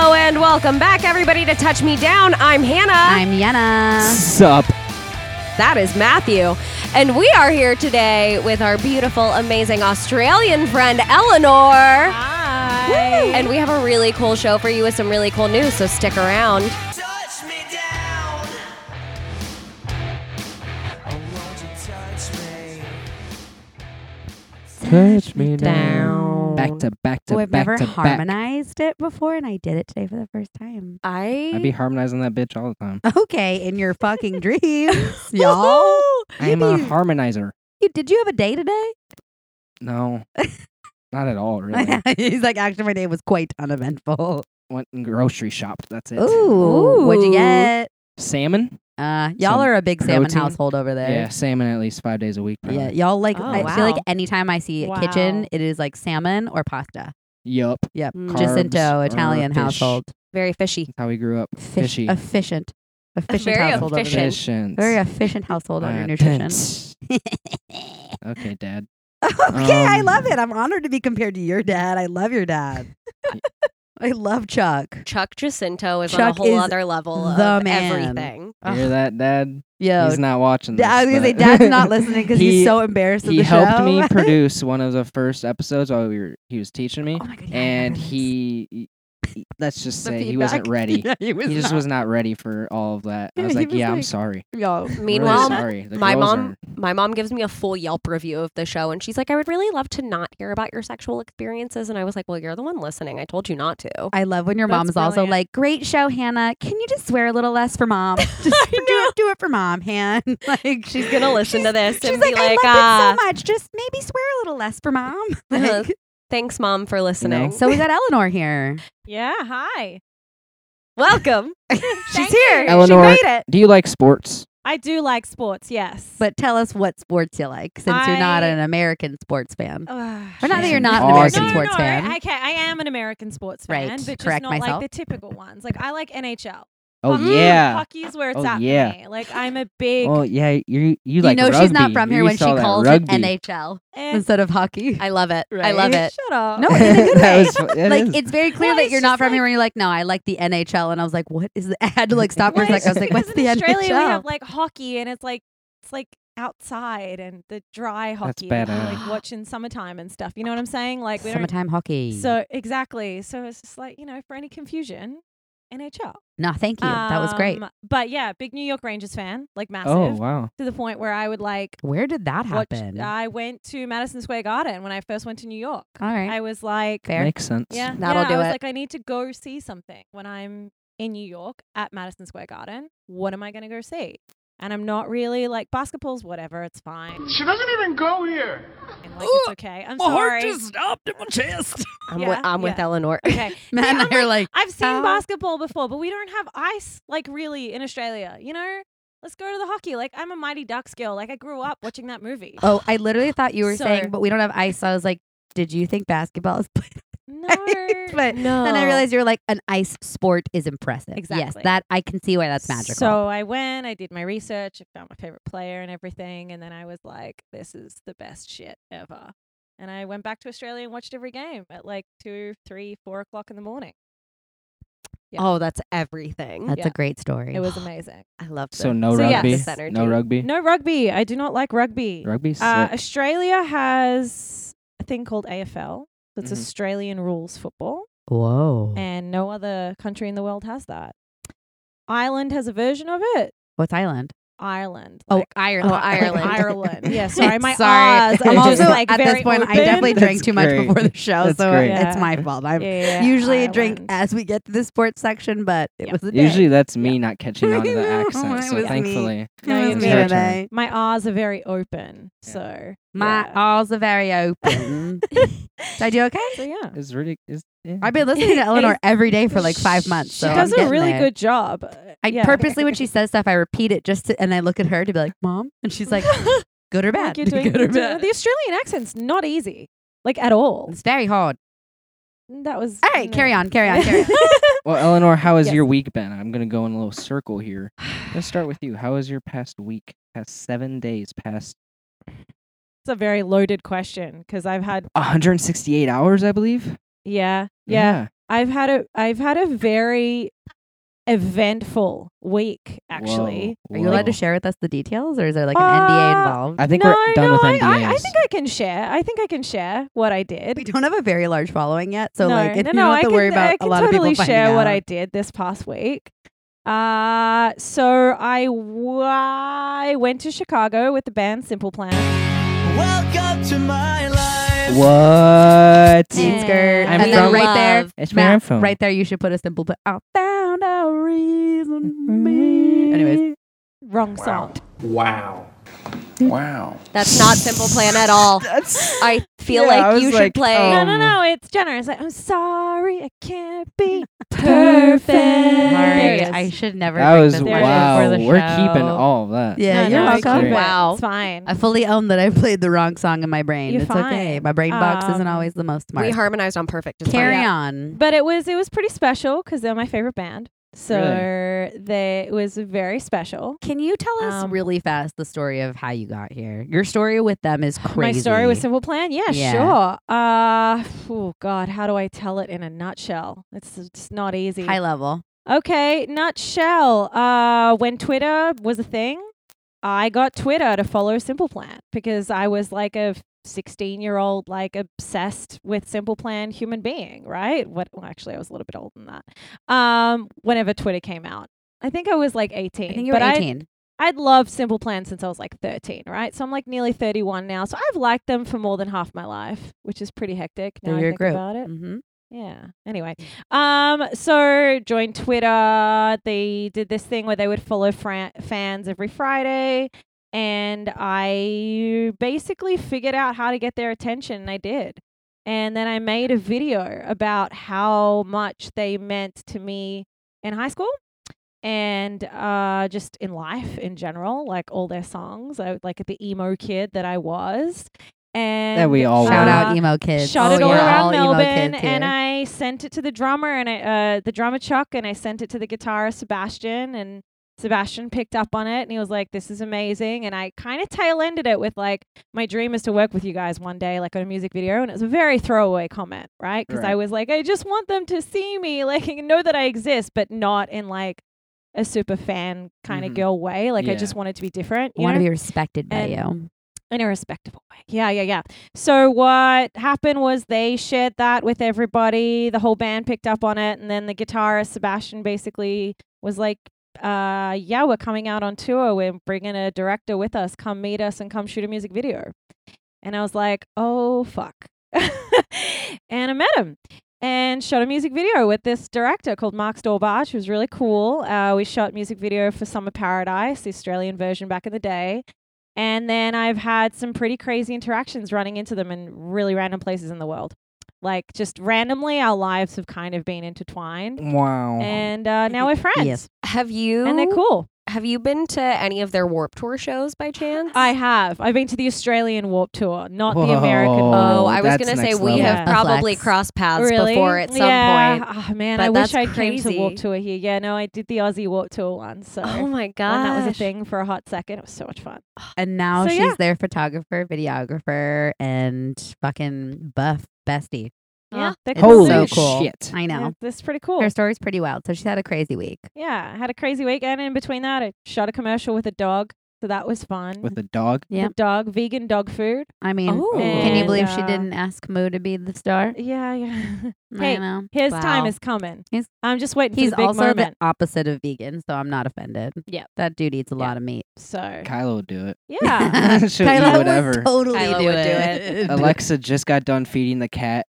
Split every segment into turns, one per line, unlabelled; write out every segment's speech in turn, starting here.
Welcome back, everybody, to Touch Me Down. I'm Hannah.
I'm Yenna.
Sup?
That is Matthew. And we are here today with our beautiful, amazing Australian friend, Eleanor. Hi. And we have a really cool show for you with some really cool news, so stick around.
Touch me down. Oh, won't you touch me?
Touch me
down.
Back to back to
Oh, I've
back
never
to back.
harmonized it before, and I did it today for the first time.
I be harmonizing that bitch all the time.
Okay, in your fucking dreams, y'all.
I'm a harmonizer.
You- did you have a day today?
No, not at all. Really.
He's like, actually, my day was quite uneventful.
Went and grocery shopped. That's it.
Ooh, what'd you
Ooh.
get?
Salmon.
Uh, y'all
Some
are a big salmon
protein?
household over there.
Yeah, salmon at least five days a week.
Yeah,
Probably.
y'all like.
Oh,
I feel like
wow.
anytime I see a kitchen, it is like salmon or pasta.
Yup.
Yep,
Mm.
Jacinto
Carbs or
Italian
fish.
household.
Very fishy.
That's how we grew up.
Fish,
Fishy.
efficient, efficient
Very
household over there.
efficient.
Efficient.
Very efficient household
Uh,
on your nutrition. okay,
Okay, Dad.
I
Um,
love it. I'm honored to be compared to your dad. I love your dad. I love Chuck.
Chuck Jacinto is on a
Chuck
whole
is
other level
the
of
man.
everything.
You hear that, Dad?
Yo,
he's not watching
da-
this.
I was gonna say
but-
dad's not listening because
He-
he's so embarrassed. of
He
the
helped
show.
me produce one of the first episodes while we were he was teaching me,
oh my god, yeah, I remember
and
this.
he, he- let's just
The
say he
feedback.
wasn't ready.
Yeah, he was
he just
not.
was not ready for all of that. I
Yeah,
was
he
like,
was
yeah, I'm
like-
sorry.
Yo,
I'm really
Meanwhile,
sorry. The
my
girls
mom
aren't."
my mom gives me a full Yelp review of the show and she's like, I would really love to not hear about your sexual experiences. And I was like, Well, you're the one listening. I told you not to.
I love when your
That's
mom's also
brilliant.
like, "Great show, Hannah. Can you just swear a little less for mom? Just do, it, do it for mom, Han. like
She's gonna listen to this
She's
and be
like,
like,
I
ah,
love it so much. Just maybe swear a little less for mom. Like,
thanks, mom, for listening.
No.
so we got Eleanor here.
Yeah, hi.
Welcome.
She's here.
you. Eleanor-
she made it.
Do you like sports?
I do like sports, yes.
But tell us what sports you like, since you're not
I-
an American sports fan.
Oh,
Ugh.
Or not that
She's
you're
an
not an American
Aussie.
sports
no,
fan.
Okay, I am an American sports fan,
Right,
but just
correct
not
myself.
like the typical ones. Like I like NHL.
Oh
Hockey-
yeah.
hockey is Mm-hmm. where it's
Oh,
at. for
yeah.
me. like I'm a big.
Oh yeah. You you, like
know
rugby.
she's not from here
You
when she
saw that
calls
rugby.
it NHL
eh,
instead of hockey.
I love it. I
Right.
love it.
Shut up.
No, in a good
that
way.
was fu- it
like
is.
it's very clear
Well,
that
it's
you're not
just
from
like-
here when you're like, no, I like the NHL, and I was like, what is? The-? I had to like stop for
Well,
a second. I was like,
because
what's the
in Australia
NHL?
we have like hockey, and it's like it's like outside and the dry hockey that
better.
you like watch in summertime and stuff. You know what I'm saying? Like we don't.
Summertime hockey.
So exactly. So it's just like you know, for any confusion, NHL.
no, thank you. that was great.
Um, But yeah, big New York Rangers fan, like massive,
oh wow.
to the point where I would like
Where did that
watch.
happen?
I went to Madison Square Garden when I first went to New York.
All right,
I was like,
fair.
Makes sense.
yeah,
That'll
yeah,
do
I was
it.
like, I need to go see something when I'm in New York at Madison Square Garden. What am I going to go see? And I'm not really like basketballs, whatever. It's fine.
She doesn't even go here.
And, like it's okay. I'm sorry.
stopped in my chest.
I'm,
Yeah,
with, I'm with
yeah.
Eleanor.
okay.
Man,
I'm
you're like,
I've seen
Oh.
basketball before, but we don't have ice like really in Australia. You know, let's go to the hockey. Like I'm a Mighty Ducks girl. Like I grew up watching that movie.
oh, I literally thought you were
Sorry.
saying, but we don't have ice. So I was like, did you think basketball is? played
No,
on ice?" but
No.
then I realized you're like, an ice sport is impressive. Yes,
Oh. Exactly.
that I can see why that's magical.
So I went, I did my research, I found my favorite player and everything, and then I was like, "This is the best shit ever." And I went back to Australia and watched every game at like two, three, four o'clock in the morning. yeah.
Oh, that's everything.
that's
yeah.
a great story.
It was amazing.
I love
So no
So,
rugby.
yes.
No rugby.
No rugby. I do not like rugby.
Rugby.
Uh,
sick.
Australia has a thing called AFL. That's
Mm-hmm.
Mhm.
Australian rules football,
Whoa.
and no other country in the world has that. Ireland has a version of it.
What's island?
Ireland.
Oh,
like-
Ireland.
Oh, Ireland.
Ireland. Yeah, sorry, my
sorry.
R's. I'm
also
just, like,
at this
very
point. I
open.
definitely drank
That's
too much
great.
before the show,
That's
so
great.
it's
Yeah.
my fault. I'm
Yeah, yeah, yeah,
usually a drink
Ireland.
as we get to the sports section, but it was a day.
Usually that's me not catching on to the
I know,
accent.
it
So
was me.
thankfully.
No,
it
you
was me
didn't.
today.
my R's are very open.
Yeah.
So
My
yeah.
eyes are very open. Did I do okay?
So yeah,
It's really is yeah.
I've been listening to Eleanor
is-
every day for like five months.
she
So I'm
does a
getting
really
there.
good job.
I purposely, when she says stuff, I repeat it just to, and I look at her to be like, "Mom," and she's like, "Good or bad?
Like you're doing,
good or
you're doing-
bad?"
the Australian accent's not easy, like at all.
It's very hard.
That was
All right,
no.
carry on, carry on, carry on.
Well, Eleanor, how has
Yes.
your week been? I'm gonna go in a little circle here. Let's start with you. How was your past week? Past seven days, past
It's a very loaded question because I've had
168 hours, I believe.
Mm-hmm.
yeah, yeah I've had a I've had a very eventful week actually.
Whoa,
Are you allowed
whoa.
to share with us the details, or is there like an
Uh,
NDA involved?
I think
no,
we're done
no,
with
I,
NDAs.
I, I think I can share. I think I can share what I did.
we don't have a very large following yet, so
no,
like,
no,
if
no,
you don't
I
have to
can,
worry
I
about
can
a lot
totally
of people
share
finding
what
out.
I did this past week. Uh, so I w- I went to Chicago with the band Simple Plan.
Welcome to my life.
what?
Jean skirt,
I'm
and then
from-
right there,
Love.
It's where I'm
Matt,
from.
right there, you should put a simple. Put, I found a reason. for me. Anyways,
Wrong song.
That's not Simple Plan at all.
That's
I feel
Yeah,
like
I was
you
like,
should play.
oh.
No, no, no. It's Jenner. It's like I'm sorry, I can't be perfect. There
Sorry,
it is.
I should never.
that
drink
was
this
There
much
it is.
wow.
before the
We're
show.
keeping all of that.
Yeah,
No,
you're
no, it's
welcome.
okay.
Wow.
It's fine.
I fully own that I played the wrong song in my brain.
You're
it's okay.
fine.
My brain box isn't
Um,
always the most smart.
We harmonized on perfect. Just
Carry
fine.
on.
but it was it was pretty special because they're my favorite band. So they it was very special.
Can you tell us
Um,
really fast the story of how you got here? Your story with them is crazy.
My story with Simple Plan? Yeah,
Yeah.
sure. Uh, oh God, how do I tell it in a nutshell? It's it's not easy.
high level.
okay, nutshell. Uh, when Twitter was a thing, I got Twitter to follow Simple Plan because I was like a 16 year old, like obsessed with Simple Plan human being, right? What? Well, actually, I was a little bit older than that. Um, whenever Twitter came out. I think I was like 18.
I think you were
but I-
18.
I'd loved Simple Plan since I was like 13, right? So I'm like nearly 31 now. So I've liked them for more than half my life, which is pretty hectic. Now
They're
I
your
think
group.
about it.
hmm
Yeah. Anyway, um, so joined Twitter. They did this thing where they would follow fran- fans every Friday, and I basically figured out how to get their attention, and I did. And then I made a video about how much they meant to me in high school and uh, just in life in general, like all their songs. I like the emo kid that I was. And
we all
Shout
were.
uh,
out emo kids.
Shot
Oh,
it all
you're all
around
emo
Melbourne,
kids
and
here.
I sent it to the drummer and I, uh, the drummer Chuck, and I sent it to the guitarist Sebastian, and Sebastian picked up on it, and he was like, "This is amazing." And I kind of tail ended it with like, "My dream is to work with you guys one day, like on a music video," and it was a very throwaway comment, right? Because I
Right.
was like, "I just want them to see me, like and know that I exist, but not in like." A super fan kind of
Mhm.
girl way, like I
Yeah.
just want it to be different.
I
You
want
know?
to be respected by
And-
you.
in a respectable way. Yeah, yeah, yeah. So what happened was they shared that with everybody. The whole band picked up on it, and then the guitarist Sebastian basically was like, uh, "Yeah, we're coming out on tour. We're bringing a director with us. Come meet us and come shoot a music video." And I was like, "Oh fuck!" and I met him and shot a music video with this director called Mark Storbach, who was really cool. Uh, we shot music video for Summer Paradise, the Australian version back in the day. And then I've had some pretty crazy interactions running into them in really random places in the world. Like just randomly, our lives have kind of been intertwined,
Wow.
and uh, now we're friends,
Yes.
Have you?
and they're cool.
Have you been to any of their Warp Tour shows by chance?
I have. I've been to the Australian Warp Tour, not the American.
Whoa.
One.
Oh, I was
that's
gonna say
next
we
level.
have
Yeah.
probably
Flex.
crossed paths
really?
before at some
yeah.
point.
Oh man,
But
I wish
that's
I'd came to Warp
crazy.
Tour here. Yeah, no, I did the Aussie Warp Tour once. So
Oh my
when
god,
that was a thing for a hot second. It was so much fun.
And now
So,
she's
yeah.
their photographer, videographer, and fucking buff bestie.
Yeah.
they're
It's
cool.
so
Holy
cool.
shit.
I know.
Yeah, that's pretty cool.
Her story's pretty wild. So she's had a crazy week.
yeah, I had a crazy weekend. In between that, I shot a commercial with a dog, so that was fun.
With a dog.
Yeah.
the dog, vegan dog food.
I mean,
Oh.
can you
And,
believe she
uh,
didn't ask Mo to be the star?
Yeah, yeah.
I
Hey,
know.
His time
Wow.
is coming.
He's-
I'm just waiting
He's
for the big
also
moment.
the opposite of vegan, so I'm not offended.
Yeah.
That dude eats a
Yeah.
lot of meat.
so
Kylo would do it.
yeah,
She'll
Kyla
eat
would
whatever.
totally
Kyla would do it.
Alexa just got done feeding the cat,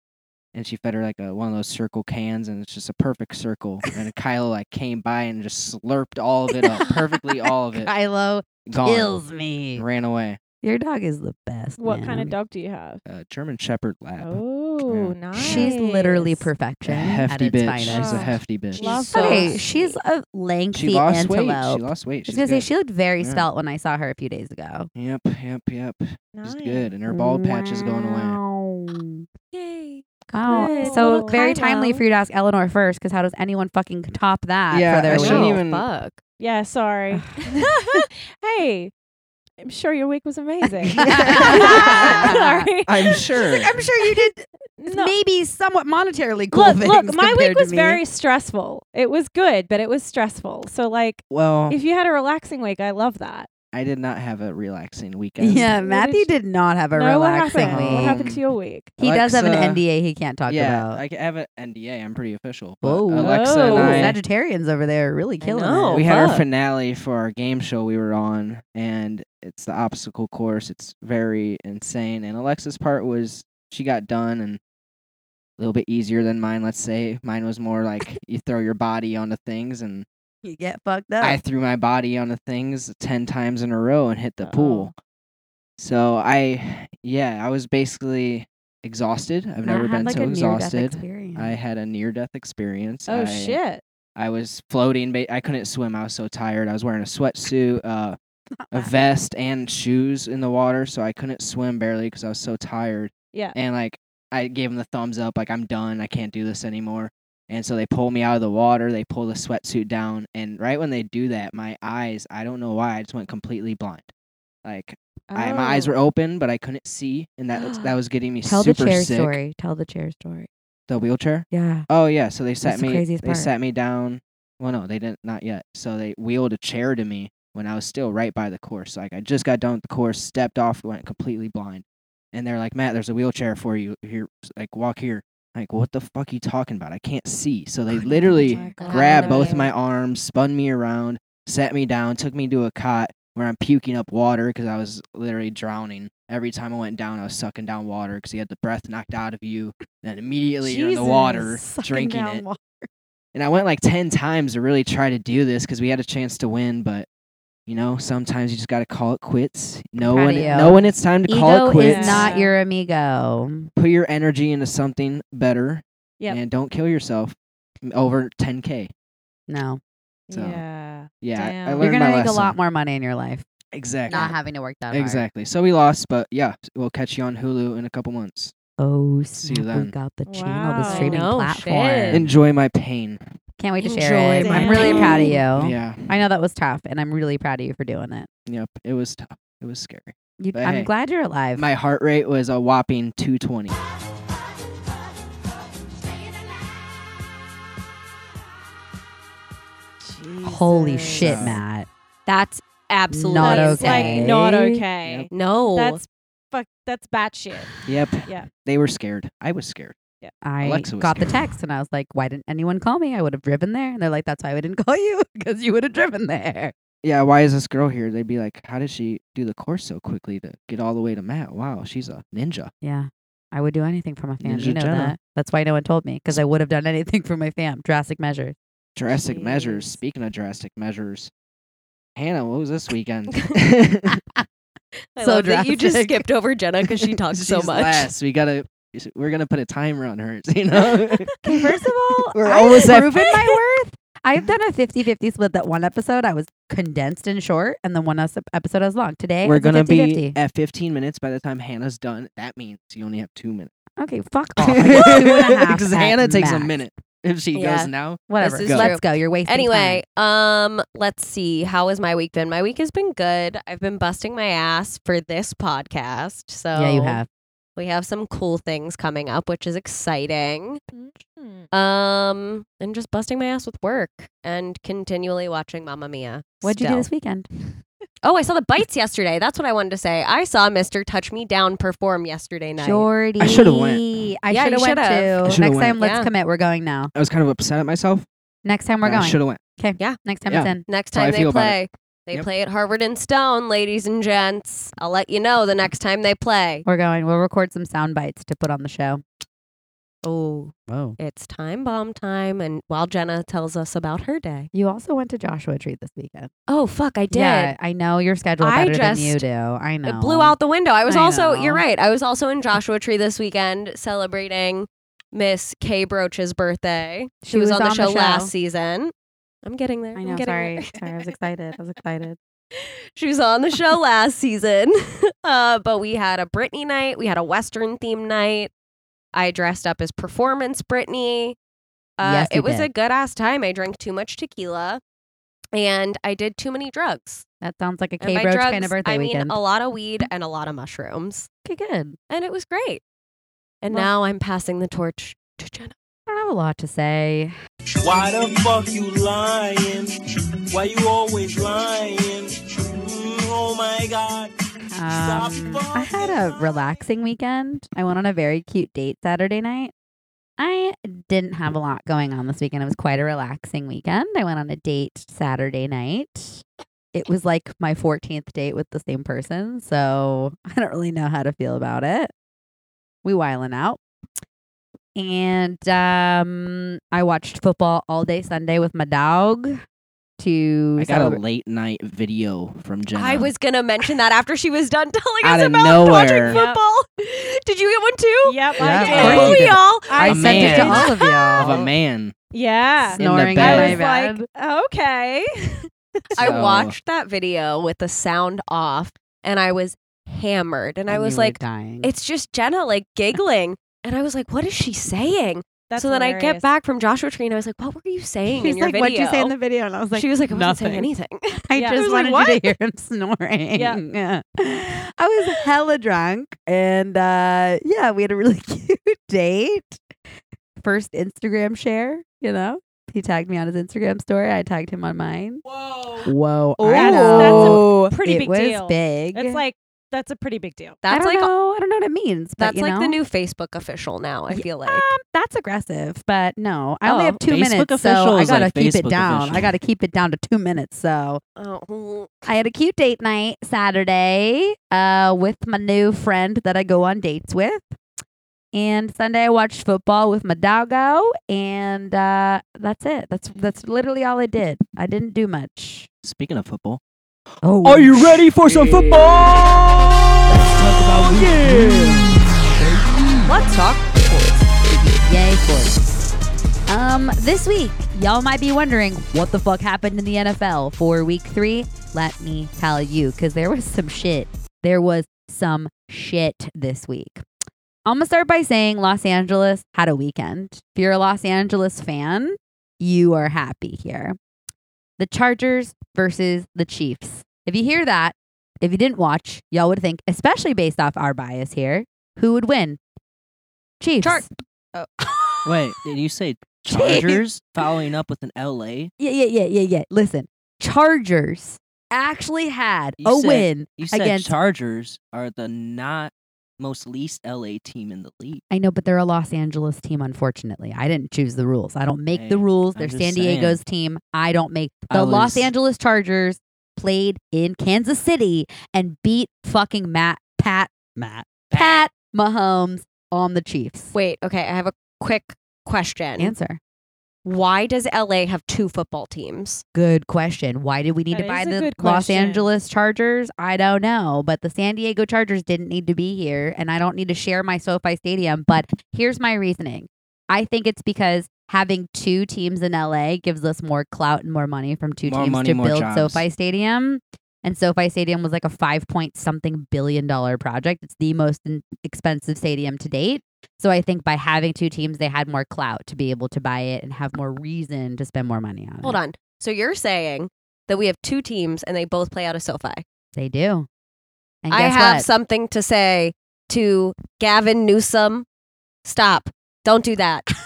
and she fed her like a, one of those circle cans, and it's just a perfect circle. And Kylo like came by and just slurped all of it up, perfectly all of it,
Kylo
gone,
kills me.
ran away.
Your dog is the best.
what kind of
man.
dog do you have?
Uh, German Shepherd Lab.
Oh, nice.
She's literally
A
perfection at
hefty
its
bitch.
finest.
She's a
Oh.
hefty bitch.
Love
She's okay,
that.
she's a lengthy
she lost
antelope.
weight. She lost weight.
I was
She's
gonna say
good.
she looked very
Yeah.
svelte when I saw her a few days ago.
Yep, yep, yep. She's good, and her bald patch is going away.
away.
Yay.
Oh,
Good.
so
Little
very timely
Kylo.
for you to ask Eleanor first, because how does anyone fucking top that
Yeah,
for their
I
week?
shouldn't even-
fuck.
Yeah, sorry. hey, I'm sure your week was amazing. Sorry.
Sorry.
I'm sure.
I'm sure you did
No.
maybe somewhat monetarily cool
Look,
things.
look, my
compared
week
to
was
me.
very stressful. It was good, but it was stressful. So like
well,
if you had a relaxing week, I love that.
I did not have a relaxing weekend.
Yeah,
did
Matthew
you-
did not have a
no, what
relaxing
happened? What
week.
happened to your week?
He does have an
Alexa-
NDA he can't talk
yeah,
about.
I c- have an NDA. I'm pretty official. but
Whoa.
Alexa
Whoa.
Ooh,
and I,
Sagittarians over there are really killing
know.
Oh,
it.
we had our
fuck.
finale for our game show we were on, and it's the obstacle course. It's very insane. And Alexa's part was she got done and a little bit easier than mine. Let's say mine was more like you throw your body onto things, and
You get fucked up.
Oh.
I threw my body onto things ten times in a row and hit the
Oh.
pool. So I, yeah, I was basically exhausted. I've never been so exhausted. I had a near death experience.
Oh
I,
shit.
I was floating. Ba- I couldn't swim. I was so tired. I was wearing a sweatsuit, uh, a
Uh-huh.
vest, and shoes in the water, so I couldn't swim barely because I was so tired.
Yeah.
And like, I gave them the thumbs up, like I'm done. I can't do this anymore. And so they pull me out of the water. They pull the sweatsuit down, and right when they do that, my eyes—I don't know why—I just went completely blind. Like I, my eyes
Oh.
were open, but I couldn't see, and that that was getting me
Tell the
super
chair
sick.
story. Tell the chair story.
The wheelchair.
Yeah.
Oh yeah, so they sat
the
me.
craziest
they
part.
sat me down. Well, no, they didn't. Not yet. So they wheeled a chair to me when I was still right by the course. Like I just got done with the course, stepped off, went completely blind, and they're like, "Matt, there's a wheelchair for you here. Like walk here." Like what the fuck you talking about? I can't see. So they
Oh
literally grabbed both of my arms, spun me around, sat me down, took me to a cot where I'm puking up water because I was literally drowning. Every time I went down, I was sucking down water because you had the breath knocked out of you. Then immediately you're in the water, drinking it. And I went like 10 times to really try to do this because we had a chance to win, but you know, sometimes you just got to call it quits. Know
proud
when,
of you.
know when it's time to call
Ego
it quits.
is not your amigo.
Put your energy into something better
Yep.
and don't kill yourself over 10K.
No,
So,
Yeah.
Yeah, I- I,
Damn.
learned
you're gonna
my
make a
lesson.
lot more money in your life
Exactly.
not having to work that hard.
exactly. So we lost, but yeah, we'll catch you on Hulu in a couple months.
Oh,
See
snap. We
you then.
got the channel,
Wow.
the streaming
No
platform.
shit.
Enjoy my pain.
Can't wait to share
Enjoy
it.
my
I'm really
pain.
proud of you.
Yeah.
Oh. I know that was tough, and I'm really proud of you for doing it.
Yep. It was tough. It was scary.
You,
But
I'm
hey,
glad you're alive.
My heart rate was a whopping 220.
Holy
Jesus.
shit,
So-
Matt.
That's absolutely
Not
That's
okay.
like not okay.
No.
That's fuck that's batshit.
Yep.
Yeah.
They were scared. I was scared.
I
Alexa was
got the
scared.
text and I was like, why didn't anyone call me? I would have driven there. And they're like, that's why we didn't call you because you would have driven there.
Yeah. Why is this girl here? They'd be like, how did she do the course so quickly to get all the way to Matt? Wow. She's a ninja.
Yeah. I would do anything for my fan.
Ninja
You know
Jenna.
that. That's why no one told me because I would have done anything for my fam. Drastic measures.
Drastic measures.
Jeez.
Speaking of drastic measures, Hannah, what was this weekend?
I
so
love that You just
drastic.
skipped over Jenna because she talked so
She's
much.
Last. We gotta. We're gonna put a timer on hers. You know.
Okay, first of all,
We're
I've
almost at-
proven my worth. I've done a 50 50 split. That one episode I was condensed and short, and then one us- episode I was long. Today,
we're
it's a
gonna be
50-50.
at 15 minutes by the time Hannah's done. That means you only have two minutes.
Okay, fuck off. Oh, Like two and a half
Because
at
Hannah takes a
max.
minute if she
Yeah.
goes now.
Whatever.
is
Go.
Let's go. You're wasting
Anyway, um, let's see. How has my week been? My week has been good. I've been busting my ass for this podcast. So
time. Yeah, you have.
We have some cool things coming up, which is exciting. Um, and just busting my ass with work and continually watching Mamma Mia.
What'd you do
still.
this weekend?
Oh, I saw the bites yesterday. That's what I wanted to say. I saw Mr. Touch Me Down perform yesterday night.
Jordy.
I should've went.
I
Yeah,
should have
you should've.
went
I
too.
should've
Next
went.
time, let's
Yeah.
commit. We're going now.
I was kind of upset at myself.
Next time, we're going.
Should have went.
Okay.
Yeah.
Next time
Yeah.
it's in.
Next
That's how I
time they
feel about it.
play, they
Yep.
play at Harvard and Stone, ladies and gents. I'll let you know the next time they play.
We're going. We'll record some sound bites to put on the show. Oh. Whoa.
It's time bomb time, and while Jenna tells us about her day.
You also went to Joshua Tree this weekend.
Oh fuck, I did.
Yeah, I know your schedule
I
better than you
just-
do. I know.
It blew out the window. I was
I
also,
know.
you're right. I was also in Joshua Tree this weekend celebrating Miss Kay Broach's birthday. She, was, on, the, show last season. I'm getting there.
I
I'm
know.
getting
Sorry.
there.
sorry. I was excited. I was excited.
she was on the show last season. Uh, but we had a Britney night. We had a Western theme night. I dressed up as performance Britney. Uh,
Yes, you
it was
did.
a good ass time. I drank too much tequila. and I did too many drugs.
That sounds like a
And
K
by
Roach
drugs,
kind of birthday
I mean
weekend.
a lot of weed and a lot of mushrooms,
okay, good.
and it was great. And
Well-
now I'm passing the torch to Jenna.
I don't have a lot to say.
Why the fuck you lying? Why you always lying? Mm, oh my god.
Um, I had a relaxing weekend. I went on a very cute date Saturday night. I didn't have a lot going on this weekend. It was quite a relaxing weekend. I went on a date Saturday night. It was like my 14th date with the same person, so I don't really know how to feel about it. We whiling out. And um, I watched football all day Sunday with my dog to
I got a
celebrate-
late night video from Jenna.
I was gonna mention that after she was done telling
Out
us
of
about
nowhere.
watching
Yep.
football. Did you get one too?
Yeah,
Yep, I
of
did.
course
Oh,
you did.
y'all.
I
I
A
sent it to
man.
all of y'all.
of a man.
Yeah.
in the
snoring in,
bed.
I
my
was
bed.
like, okay.
I
So-
watched that video with the sound off and I was hammered and I
And you
was
were
like,
dying.
it's just Jenna like giggling. And I was like, what is she saying?
That's
so then I get
hilarious.
back from Joshua Tree and I was like, what were you saying
She's
in your
like,
video?
"What'd you say in the video?" And I was like,
she was like, I wasn't saying
"Nothing."
anything.
I
Yeah. I
just
was like,
wanted you to hear him snoring. Yeah. I was hella drunk. And uh, yeah, we had a really cute date. First Instagram share, you know? He tagged me on his Instagram story. I tagged him on mine.
Whoa.
Whoa.
Ooh. That's- that's a pretty
it
big
was
deal.
big.
It's like, that's a pretty big deal.
I
That's
don't
like
know. I don't know what it means. but,
that's
you
like
know.
the new Facebook official now, I
Ye-
feel like.
Um, that's aggressive, but no, I only
Oh.
have two
Facebook
minutes,
official
so I
is
gotta
like
keep
Facebook
it down.
official.
I gotta keep it down to two minutes. So
oh.
I had a cute date night Saturday uh, with my new friend that I go on dates with. And Sunday I watched football with my doggo, and uh, that's it. That's that's literally all I did. I didn't do much.
Speaking of football,
Oh,
are you ready for some football? Let's talk about
Let's talk.
Yay, sports. Um, this week, y'all might be wondering what the fuck happened in the NFL for week three. Let me tell you, because there was some shit. There was some shit this week. I'm going to start by saying Los Angeles had a weekend. If you're a Los Angeles fan, you are happy here. The Chargers versus the Chiefs. If you hear that, if you didn't watch, y'all would think, especially based off our bias here, who would win? Chiefs.
Char- Oh.
Wait, did you say Chargers following up with an LA?
Yeah, yeah, yeah, yeah, yeah. Listen, Chargers actually had
You
a
said-
win.
You said
Against-
Chargers are the not most least LA team in the league.
I know, but they're a Los Angeles team, unfortunately. I didn't choose the rules. I don't make the
Hey,
rules.
I'm
They're
just
San Diego's team. I don't make
I
the Los
was-
Angeles Chargers played in Kansas City and beat fucking Matt Pat Matt Pat Mahomes on the Chiefs.
Wait, okay. I have a quick question.
Answer.
Why does LA have two football teams?
Good question. Why did we need to
That
buy
is a
the
good
Los
question.
Angeles Chargers? I don't know, but the San Diego Chargers didn't need to be here, and I don't need to share my SoFi Stadium. But here's my reasoning I think it's because having two teams in LA gives us more clout and more money from two
More
teams
money,
to
more
build
jobs.
SoFi Stadium. And SoFi Stadium was like a five point something billion dollar project. It's the most in- expensive stadium to date. So I think by having two teams, they had more clout to be able to buy it and have more reason to spend more money on it.
Hold on. So you're saying that we have two teams and they both play out of SoFi.
They do. And
I
guess
have
what?
something to say to Gavin Newsom. Stop. Don't do that.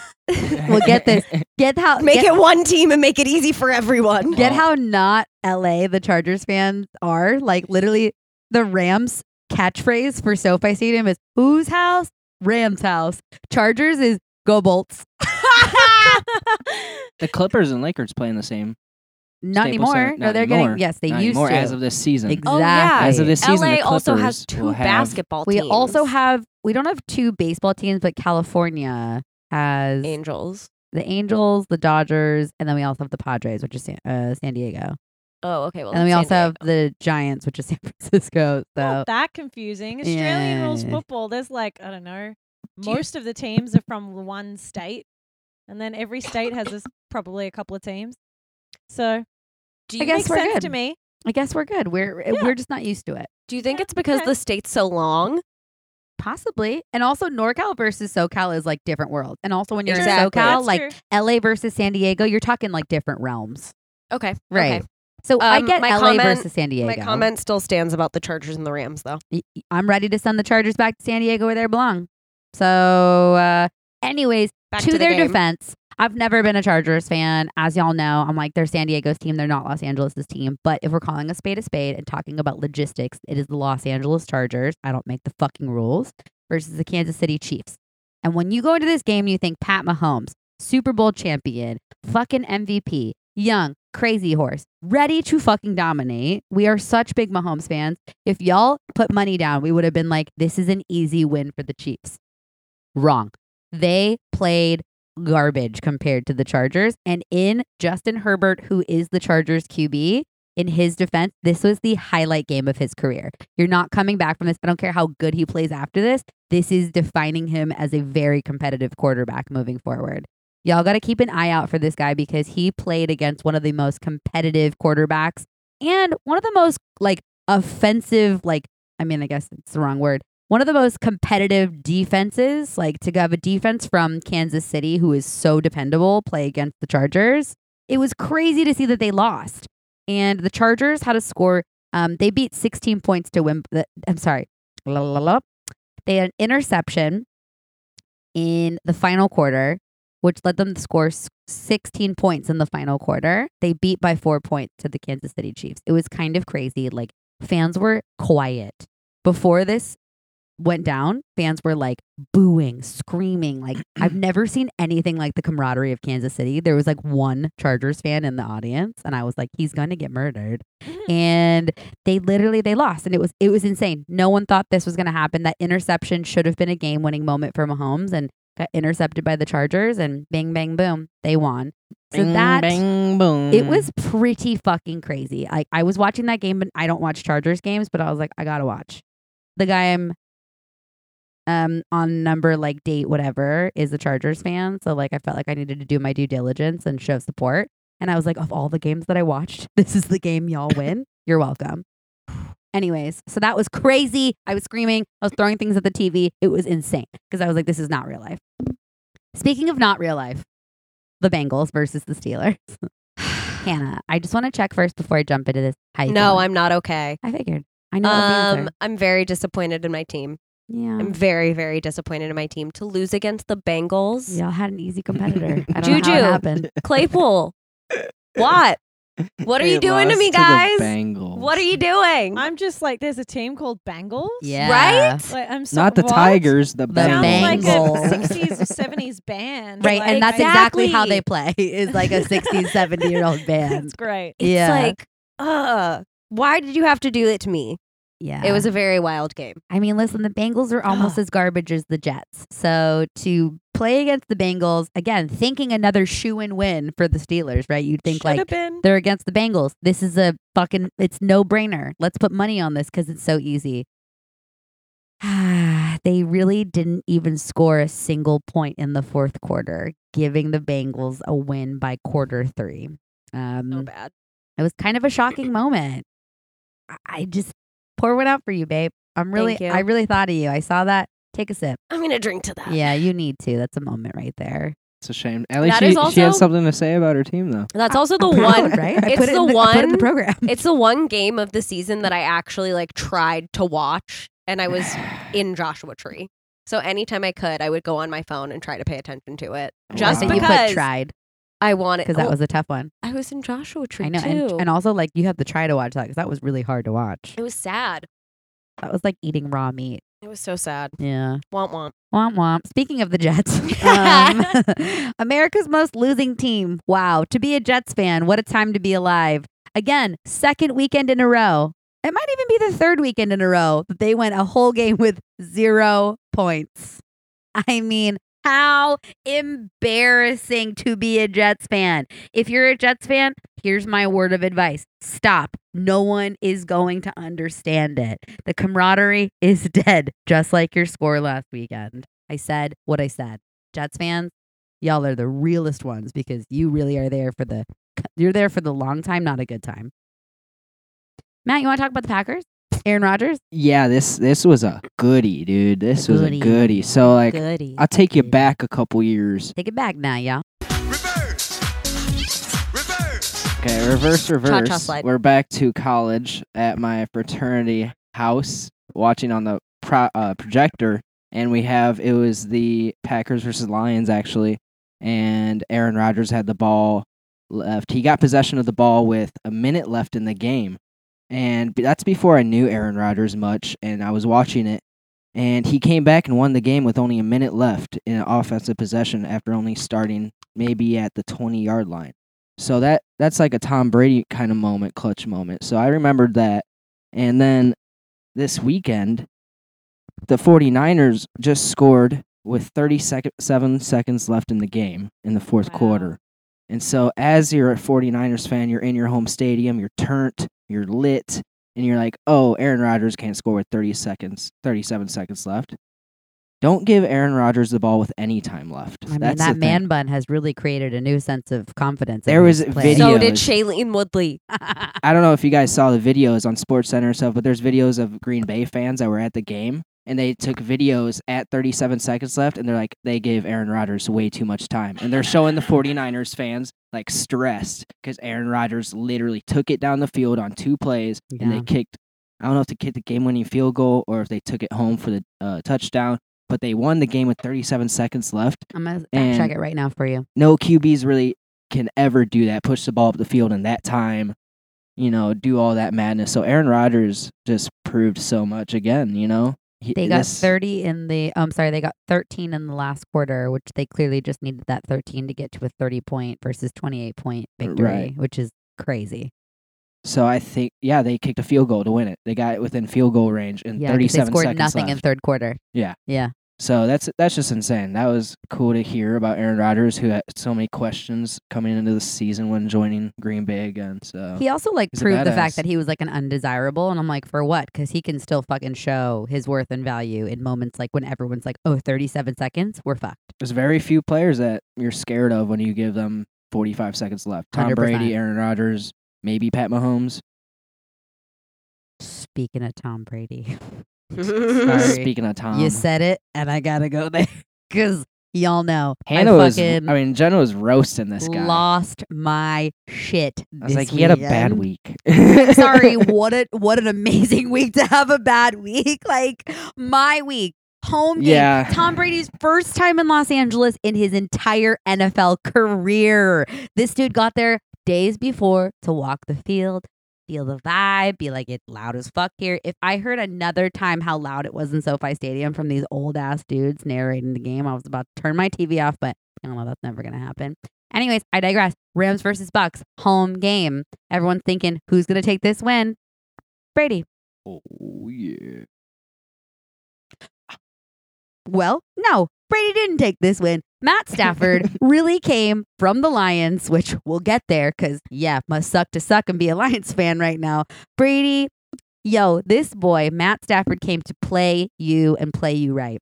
Well, get this. get how
make
get,
it one team and make it easy for everyone.
get how not LA the Chargers fans are. Like literally the Rams catchphrase for SoFi Stadium is whose house? Rams house. Chargers is go bolts.
The Clippers and Lakers playing the same.
Not
Staples
anymore.
Center-
no,
not
they're
anymore.
getting yes, they
Not
used
anymore
to.
as of this season.
exactly.
Oh, yeah.
As of this season,
LA
the
also has
Clippers
two
will have-
basketball
we
teams.
also have we don't have two baseball teams, but California has
Angels.
the Angels, the Dodgers, and then we also have the Padres, which is San, uh, San Diego.
Oh, okay. Well,
and then we
San
also have
Diego.
the Giants, which is San Francisco. So
Not that confusing. Australian rules
Yeah.
football. There's like I don't know. Most of the teams are from one state, and then every state has this, probably a couple of teams. So
Do
I
you,
guess
makes
we're
sense
good.
to me.
I guess we're good. We're eh,
Yeah.
we're just not used to it.
do you think
Yeah,
it's because
okay.
the state's so long?
Possibly. And also NorCal versus SoCal is like different worlds. And also when you're
Exactly.
in SoCal,
That's
like
true.
LA versus San Diego, you're talking like different realms.
Okay.
Right.
Okay.
So I
Um,
get
my
LA
comment-
versus San Diego.
My comment still stands about the Chargers and the Rams, though.
Y- y- I'm ready to send the Chargers back to San Diego where they belong. So, uh, anyways,
Back
to,
to the
their
game.
defense, I've never been a Chargers fan. As y'all know, I'm like, they're San Diego's team. They're not Los Angeles' team. But if we're calling a spade a spade and talking about logistics, it is the Los Angeles Chargers. I don't make the fucking rules versus the Kansas City Chiefs. And when you go into this game, you think Pat Mahomes, Super Bowl champion, fucking MVP, young, crazy horse, ready to fucking dominate. We are such big Mahomes fans. If y'all put money down, we would have been like, this is an easy win for the Chiefs. Wrong. They played garbage compared to the Chargers. And in Justin Herbert, who is the Chargers QB, in his defense, this was the highlight game of his career. You're not coming back from this. I don't care how good he plays after this. This is defining him as a very competitive quarterback moving forward. Y'all got to keep an eye out for this guy because he played against one of the most competitive quarterbacks and one of the most like offensive, like, I mean, I guess it's the wrong word. One of the most competitive defenses, like to have a defense from Kansas City who is so dependable play against the Chargers. It was crazy to see that they lost. And the Chargers had a score. Um, they beat 16 points to win. The, I'm sorry. La, la, la. They had an interception in the final quarter which led them to score s- 16 points in the final quarter. They beat by four points to the Kansas City Chiefs. It was kind of crazy. Like, fans were quiet. Before this went down, fans were like booing, screaming. Like, I've never seen anything like the camaraderie of Kansas City. There was like one Chargers fan in the audience, and I was like, he's going to get murdered.
Mm-hmm.
and they literally they lost and it was it was insane. No one thought this was going to happen. That interception should have been a game-winning moment for Mahomes and got intercepted by the Chargers and bang bang boom, they won. So
Bing,
that
bing, boom.
it was pretty fucking crazy. Like I was watching that game, but I don't watch Chargers games, but I was like, I gotta watch. The guy I'm um on number like date whatever is a Chargers fan, so like I felt like I needed to do my due diligence and show support. And I was like, of all the games that I watched, this is the game y'all win. You're welcome. Anyways, so that was crazy. I was screaming. I was throwing things at the TV. It was insane because I was like, this is not real life. Speaking of not real life, the Bengals versus the Steelers. Hannah, I just want to check first before I jump into this. How you
No,
feeling?
I'm not okay.
I figured. I know. what the
Um,
answer.
I'm very disappointed in my team.
yeah.
I'm very, very disappointed in my team to lose against the Bengals.
Y'all had an easy competitor. I don't know
Juju.
how it happened.
Claypool, what? What are
They
you doing to
lost
me,
the
guys?
Bengals.
What are you doing?
I'm just like, there's a team called Bengals.
Right?
Like, I'm so
Not the
what?
Tigers, the,
The
Sounds
Bengals.
like
Bengals.
a 60s or 70s band.
Right, and
Like,
that's
I-
exactly how they play. Is like a 60, 70 year old band.
It's great.
It's
Yeah.
like, uh, why did you have to do it to me?
Yeah,
It was a very wild game.
I mean, listen, the Bengals are almost as garbage as the Jets. So to play against the Bengals again, thinking another shoe in win for the Steelers, right? You'd think
Should
like
have been.
they're against the Bengals. This is a fucking it's no brainer. Let's put money on this because it's so easy. they really didn't even score a single point in the fourth quarter, giving the Bengals a win by quarter three. Um,
Mm.
So bad.
it was kind of a shocking moment. I- I just pour one out for you, babe. I'm really,
Thank you. Ah.
I really thought of you. I saw that. Take a sip.
I'm gonna drink to that.
Yeah, you need to. That's a moment right there.
It's a shame. At least
That is
she, she had
also-
something to say about her team, though.
That's also the
I put it
one.
out, right? I
it's
put it
the
in the, I put it in the
one-
program.
It's the one game of the season that I actually like tried to watch, and I was in Joshua Tree. So anytime I could, I would go on my phone and try to pay attention to it, just
Wow.
Wow.
you put
because
tried
I wanted.
because that
well,
was a tough one.
I was in Joshua Tree
I know,
too.
and, and also like you have to try to watch that because that was really hard to watch.
it was sad.
That was like eating raw meat.
It was so sad.
Yeah.
Womp womp.
Womp womp. Speaking of the Jets, um, America's most losing team. Wow. To be a Jets fan, what a time to be alive. Again, second weekend in a row. It might even be the third weekend in a row that they went a whole game with zero points. I mean, how embarrassing to be a Jets fan. If you're a Jets fan, here's my word of advice stop. No one is going to understand it. The camaraderie is dead, just like your score last weekend. I said what I said. Jets fans, y'all are the realest ones because you really are there for the you're there for the long time, not a good time. Matt, you want to talk about the Packers? Aaron Rodgers?
Yeah, this this was a goodie, dude. This was
Goodie.
a goodie. So like,
Goody.
I'll take you back a couple years.
Take it back now, y'all.
Reverse. Reverse.
Okay, reverse, reverse.
slide.
We're back to college at my fraternity house, watching on the pro- uh, projector, and we have it was the Packers versus Lions actually, and Aaron Rodgers had the ball left. He got possession of the ball with a minute left in the game, and b- that's before I knew Aaron Rodgers much, and I was watching it. And he came back and won the game with only a minute left in an offensive possession after only starting maybe at the 20 yard line. So that that's like a Tom Brady kind of moment, clutch moment. So I remembered that. And then this weekend, the 49ers just scored with 37 seconds left in the game in the fourth
Wow.
quarter. And so as you're a 49ers fan, you're in your home stadium, you're turnt, you're lit, and you're like, "Oh, Aaron Rodgers can't score with 30 seconds, 37 seconds left." Don't give Aaron Rodgers the ball with any time left.
I mean,
That's the
that
thing.
man bun has really created a new sense of confidence. in
There
his
was
play.
So
Videos.
did Shailene Woodley.
I don't know if you guys saw the videos on Sports Center and stuff, but there's videos of Green Bay fans that were at the game and they took videos at 37 seconds left and they're like they gave Aaron Rodgers way too much time and they're showing the 49ers fans like stressed cuz Aaron Rodgers literally took it down the field on two plays and
Yeah.
they kicked I don't know if they kicked the game-winning field goal or if they took it home for the uh, touchdown, but they won the game with 37 seconds left.
I'm gonna fact
And-
check it right now for you.
No QBs really can ever do that, push the ball up the field in that time you know, do all that madness. So Aaron Rodgers just proved so much again, you know? He,
They got
this-
30 in the. I'm sorry, they got 13 in the last quarter, which they clearly just needed that 13 to get to a 30 point versus 28 point victory, which is crazy.
So I think, yeah, they kicked a field goal to win it. They got it within field goal range in
Yeah, 'cause they
37
scored
seconds
nothing in
left.
third quarter.
Yeah.
Yeah.
so that's that's just insane. That was cool to hear about Aaron Rodgers, who had so many questions coming into the season when joining Green Bay again. So
He also like
Oh. He's a
proved the fact
badass.
that he was like an undesirable, and I'm like, for what? Because he can still fucking show his worth and value in moments like when everyone's like, oh, 37 seconds, we're fucked.
there's very few players that you're scared of when you give them 45 seconds left. Tom
100%.
Brady, Aaron Rodgers, maybe Pat Mahomes.
Speaking of Tom Brady, Sorry.
Uh, Speaking of Tom,
you said it, and I gotta go there because y'all know
Hannah
I
was. I
fucking
mean, Jenna was roasting this guy.
lost my shit.
I was like, he had a bad week.
Sorry, what a what an amazing week to have a bad week. Like my week, home game.
Yeah.
Tom Brady's first time in Los Angeles in his entire NFL career. This dude got there days before to walk the field, feel the vibe, be like, it's loud as fuck here. If I heard another time how loud it was in SoFi Stadium from these old ass dudes narrating the game, I was about to turn my TV off, but I don't know, that's never going to happen. Anyways, I digress. Rams versus Bucks, home game. Everyone's thinking, who's going to take this win? Brady.
Oh yeah.
Well, no, Brady didn't take this win. Matt Stafford really came from the Lions, which we'll get there because, yeah, must suck to suck and be a Lions fan right now. Brady, yo, this boy, Matt Stafford, came to play you and play you right.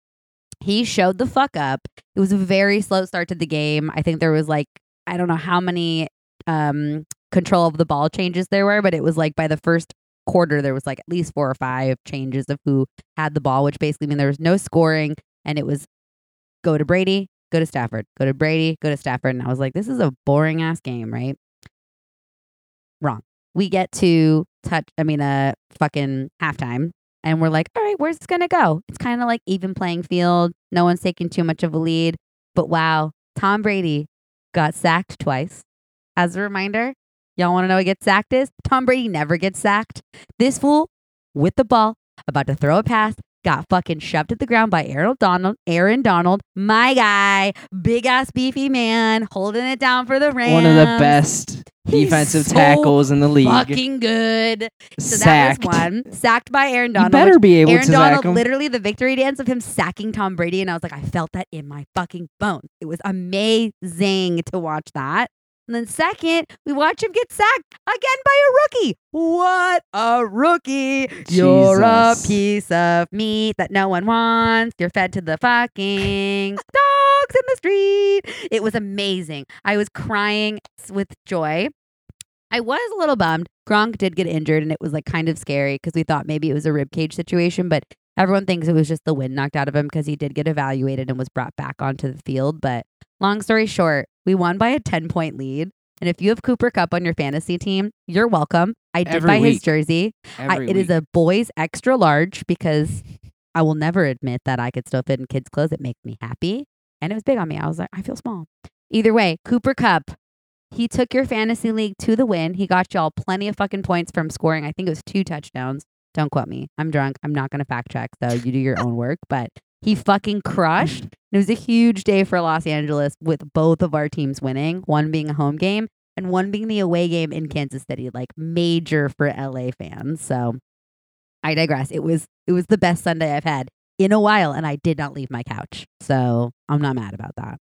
He showed the fuck up. It was a very slow start to the game. I think there was like, I don't know how many um, control of the ball changes there were, but it was like by the first quarter, there was like at least four or five changes of who had the ball, which basically mean there was no scoring and it was go to Brady, go to Stafford, go to Brady, go to Stafford. And I was like, this is a boring ass game, right? Wrong. We get to touch, I mean, uh, fucking halftime. And we're like, all right, where's this going to go? It's kind of like even playing field. No one's taking too much of a lead. But wow, Tom Brady got sacked twice. As a reminder, y'all want to know what gets sacked is? Tom Brady never gets sacked. This fool with the ball, about to throw a pass, got fucking shoved to the ground by Aaron Donald. Aaron Donald, my guy, big ass beefy man, holding it down for the Rams.
One of the best
He's
defensive
so
tackles in the league.
Fucking good. So
sacked.
that was one. Sacked by Aaron
You
Donald.
better
which-
be able
Aaron
to
Donald,
sack him.
literally the victory dance of him sacking Tom Brady, and I was like, I felt that in my fucking bones. It was amazing to watch that. And then second, we watch him get sacked again by a rookie. What a rookie! You're a
Jesus.
piece of meat that no one wants. You're fed to the fucking dogs in the street. It was amazing. I was crying with joy. I was a little bummed. Gronk did get injured, and it was like kind of scary because we thought maybe it was a rib cage situation, but everyone thinks it was just the wind knocked out of him because he did get evaluated and was brought back onto the field. But long story short, we won by a 10 point lead. And if you have Cooper Cup on your fantasy team, you're welcome. I did
Every
buy his
week.
jersey. I,
Every
it is
week.
a boys extra large because I will never admit that I could still fit in kids' clothes. It makes me happy. And it was big on me. I was like, I feel small. Either way, Cooper Cup, he took your fantasy league to the win. He got y'all plenty of fucking points from scoring. I think it was two touchdowns. Don't quote me. I'm drunk. I'm not going to fact check. So you do your own work. But he fucking crushed. It was a huge day for Los Angeles with both of our teams winning, one being a home game and one being the away game in Kansas City, like major for LA fans. So I digress. It was it was the best Sunday I've had in a while and I did not leave my couch. So I'm not mad about that.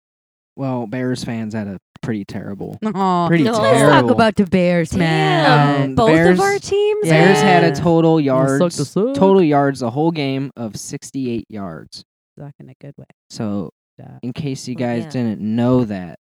well, Bears fans had a pretty terrible.
Aw.
Pretty
No.
Let's talk
terrible.
about the Bears, man.
Damn,
Um,
both
Bears-
of our teams.
Yeah.
Bears had a
Yeah.
total yards,
to suck.
total yards the whole game of 68 yards.
Suck in a good way.
So,
Suck.
in case you
Oh,
guys
yeah.
didn't know that,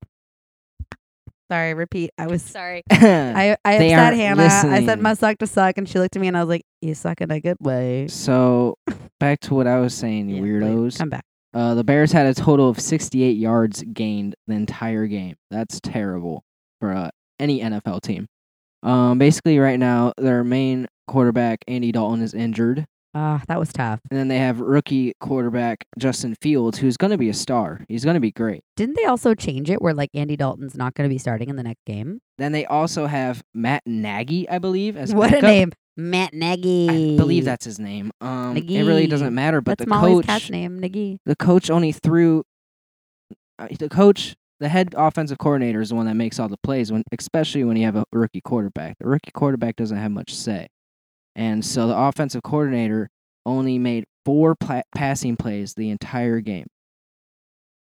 Sorry, repeat. I was
Sorry.
I, I
They
upset
aren't
Hannah. I said
listening.
my suck to suck and she looked at me and I was like, You suck in a good way.
so back to what I was saying, you
Yeah, please,
weirdos.
Come back.
Uh, the Bears had a total of 68 yards gained the entire game. That's terrible for uh, any NFL team. Um, basically, right now, their main quarterback, Andy Dalton, is injured.
Ah, that was tough.
And then they have rookie quarterback, Justin Fields, who's going to be a star. He's going to be great.
Didn't they also change it where like Andy Dalton's not going to be starting in the next game?
Then they also have Matt Nagy, I believe, as
what
backup.
a name, Matt Nagy.
I believe that's his name. Um, it really
Nagy.
doesn't matter, but
that's
the
Molly's
coach,
cat's name, Nagy.
the coach only threw uh, the coach the head offensive coordinator is the one that makes all the plays when especially when you have a rookie quarterback the rookie quarterback doesn't have much say and so the offensive coordinator only made four pla- passing plays the entire game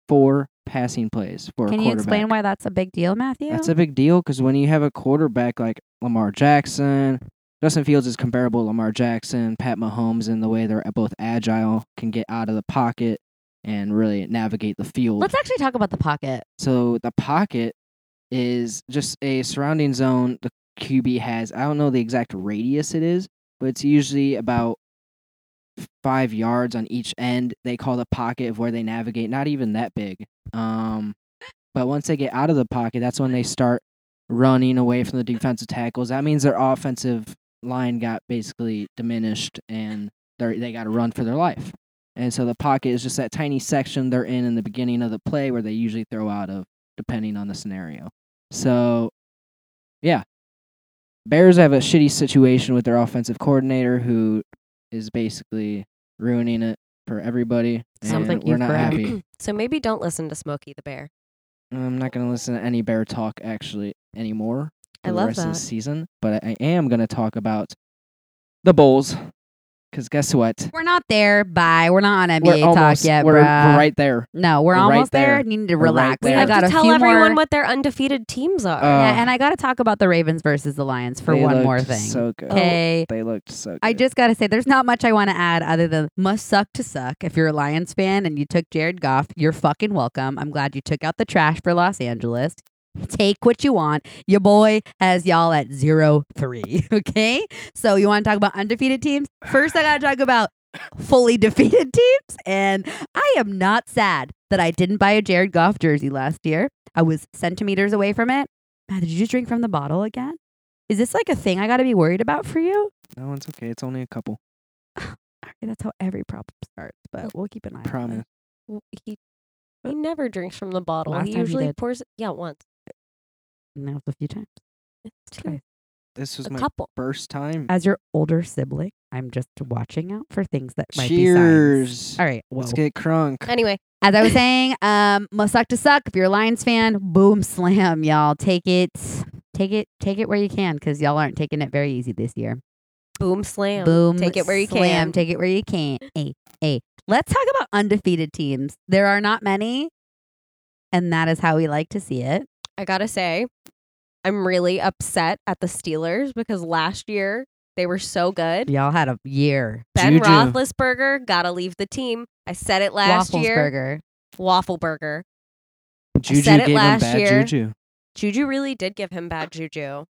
four passing plays for a
Can you
quarterback
explain why that's a big deal, Matthew?
that's a big deal because when you have a quarterback like Lamar Jackson, Justin Fields is comparable to Lamar Jackson, Pat Mahomes, in the way they're both agile, can get out of the pocket, and really navigate the field.
Let's actually talk about the pocket.
So the pocket is just a surrounding zone the QB has. I don't know the exact radius it is, but it's usually about five yards on each end. They call the pocket of where they navigate. Not even that big. Um, but once they get out of the pocket, that's when they start running away from the defensive tackles. That means their offensive line got basically diminished, and they they got to run for their life. And so the pocket is just that tiny section they're in in the beginning of the play where they usually throw out of, depending on the scenario. So, yeah. Bears have a shitty situation with their offensive coordinator who is basically ruining it for everybody. and
Sounds like
we're
you
not
grabbed-
happy.
So maybe don't listen to Smokey the Bear.
I'm not going to listen to any bear talk actually anymore
I
for the
love
rest of
that.
the season, but I, I am going to talk about the Bulls cuz guess what?
We're not there. Bye. We're not on NBA
we're
talk
almost
yet,
we're, we're
bruh.
right there.
No, we're,
we're right
almost there.
there.
and You need to
We're right
relax.
We
there. Yeah,
I
have
got
to
a
tell
few
everyone
more.
what their undefeated teams are.
Uh,
yeah, and I got to talk about the Ravens versus the Lions for
They
one more
looked
thing.
So good.
okay.
They looked so good.
I just got to say, there's not much I want to add other than must suck to suck. If you're a Lions fan and you took Jared Goff, you're fucking welcome. I'm glad you took out the trash for Los Angeles. Take what you want. Your boy has y'all at zero three. Okay. So you want to talk about undefeated teams? First, I got to talk about fully defeated teams. And I am not sad that I didn't buy a Jared Goff jersey last year. I was centimeters away from it. Matt, did you just drink from the bottle again? Is this like a thing I got to be worried about for you?
No, it's okay. It's only a couple.
Alright, that's how every problem starts, but we'll keep an eye on
Promise.
it.
W- he, he never drinks from the bottle.
Last
he
time he
usually
did.
pours. Yeah, once.
And that was a few times.
It's
Okay.
two.
This was
A
my
couple.
first time.
As your older sibling, I'm just watching out for things that might be signs.
Cheers.
All right. Well,
Let's get crunk.
Anyway,
as I was saying, um, must suck to suck. If you're a Lions fan, boom, slam, y'all. Take it, take it, take it where you can, because y'all aren't taking it very easy this year.
boom slam.
Boom.
Take it where you
slam,
can.
Take it where you can. Hey, hey. Let's talk about undefeated teams. There are not many, and that is how we like to see it.
I gotta say, I'm really upset at the Steelers because last year they were so good.
Y'all had a year.
Ben
Juju.
Roethlisberger gotta leave the team. I said it last
Waffles
year.
burger.
Waffle burger.
Juju
said it
gave
last
him bad
year.
juju.
Juju really did give him bad juju.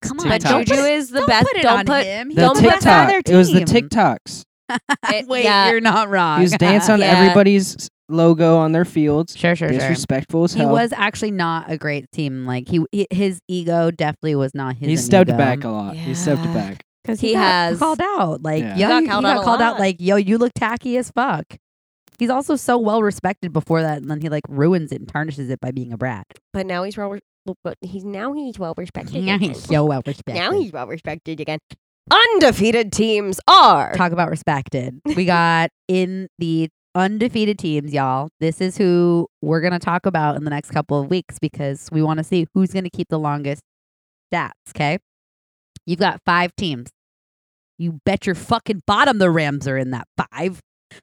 Come
on,
on,
But
TikTok.
Juju is the
don't
best.
Put it
don't
on
put
him. He
The
don't
was on
put
TikTok.
other
It was the
team.
TikToks.
It-
Wait,
yeah.
you're not wrong.
He was dancing on
Yeah.
everybody's logo on their fields.
Sure, sure, sure.
Disrespectful as
He
hell.
was actually not a great team. Like he, he his ego definitely was not his.
he
an
stepped
ego.
back a lot. He stepped
Yeah.
back.
because
He
got
has-
called out. Like, yo,
Yeah.
He got
you-
called
he
out
got
a
called out
lot.
like, yo, you look tacky as fuck. He's also so well respected before that, and then he like ruins it and tarnishes it by being a brat.
But now he's well. re- But he's now he's well respected.
Now
again.
he's so well respected.
now he's well respected again. Undefeated teams are
talk about respected. We got in the undefeated teams, y'all. This is who we're gonna talk about in the next couple of weeks because we want to see who's gonna keep the longest stats. Okay, you've got five teams. You bet your fucking bottom the Rams are in that five.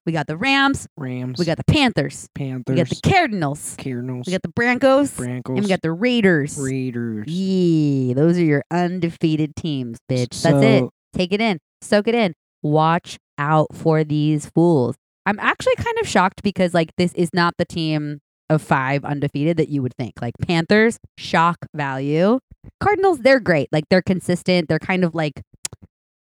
We got the Rams.
Rams.
We got the Panthers.
Panthers.
We got the Cardinals.
Cardinals.
We got the Broncos.
Brancos.
And we got the Raiders.
Raiders.
Yeah, those are your undefeated teams, bitch. That's it.
So-
Take it in. Soak it in. Watch out for these fools. I'm actually kind of shocked because like this is not the team of five undefeated that you would think. Like Panthers, shock value. Cardinals, they're great. Like they're consistent. They're kind of like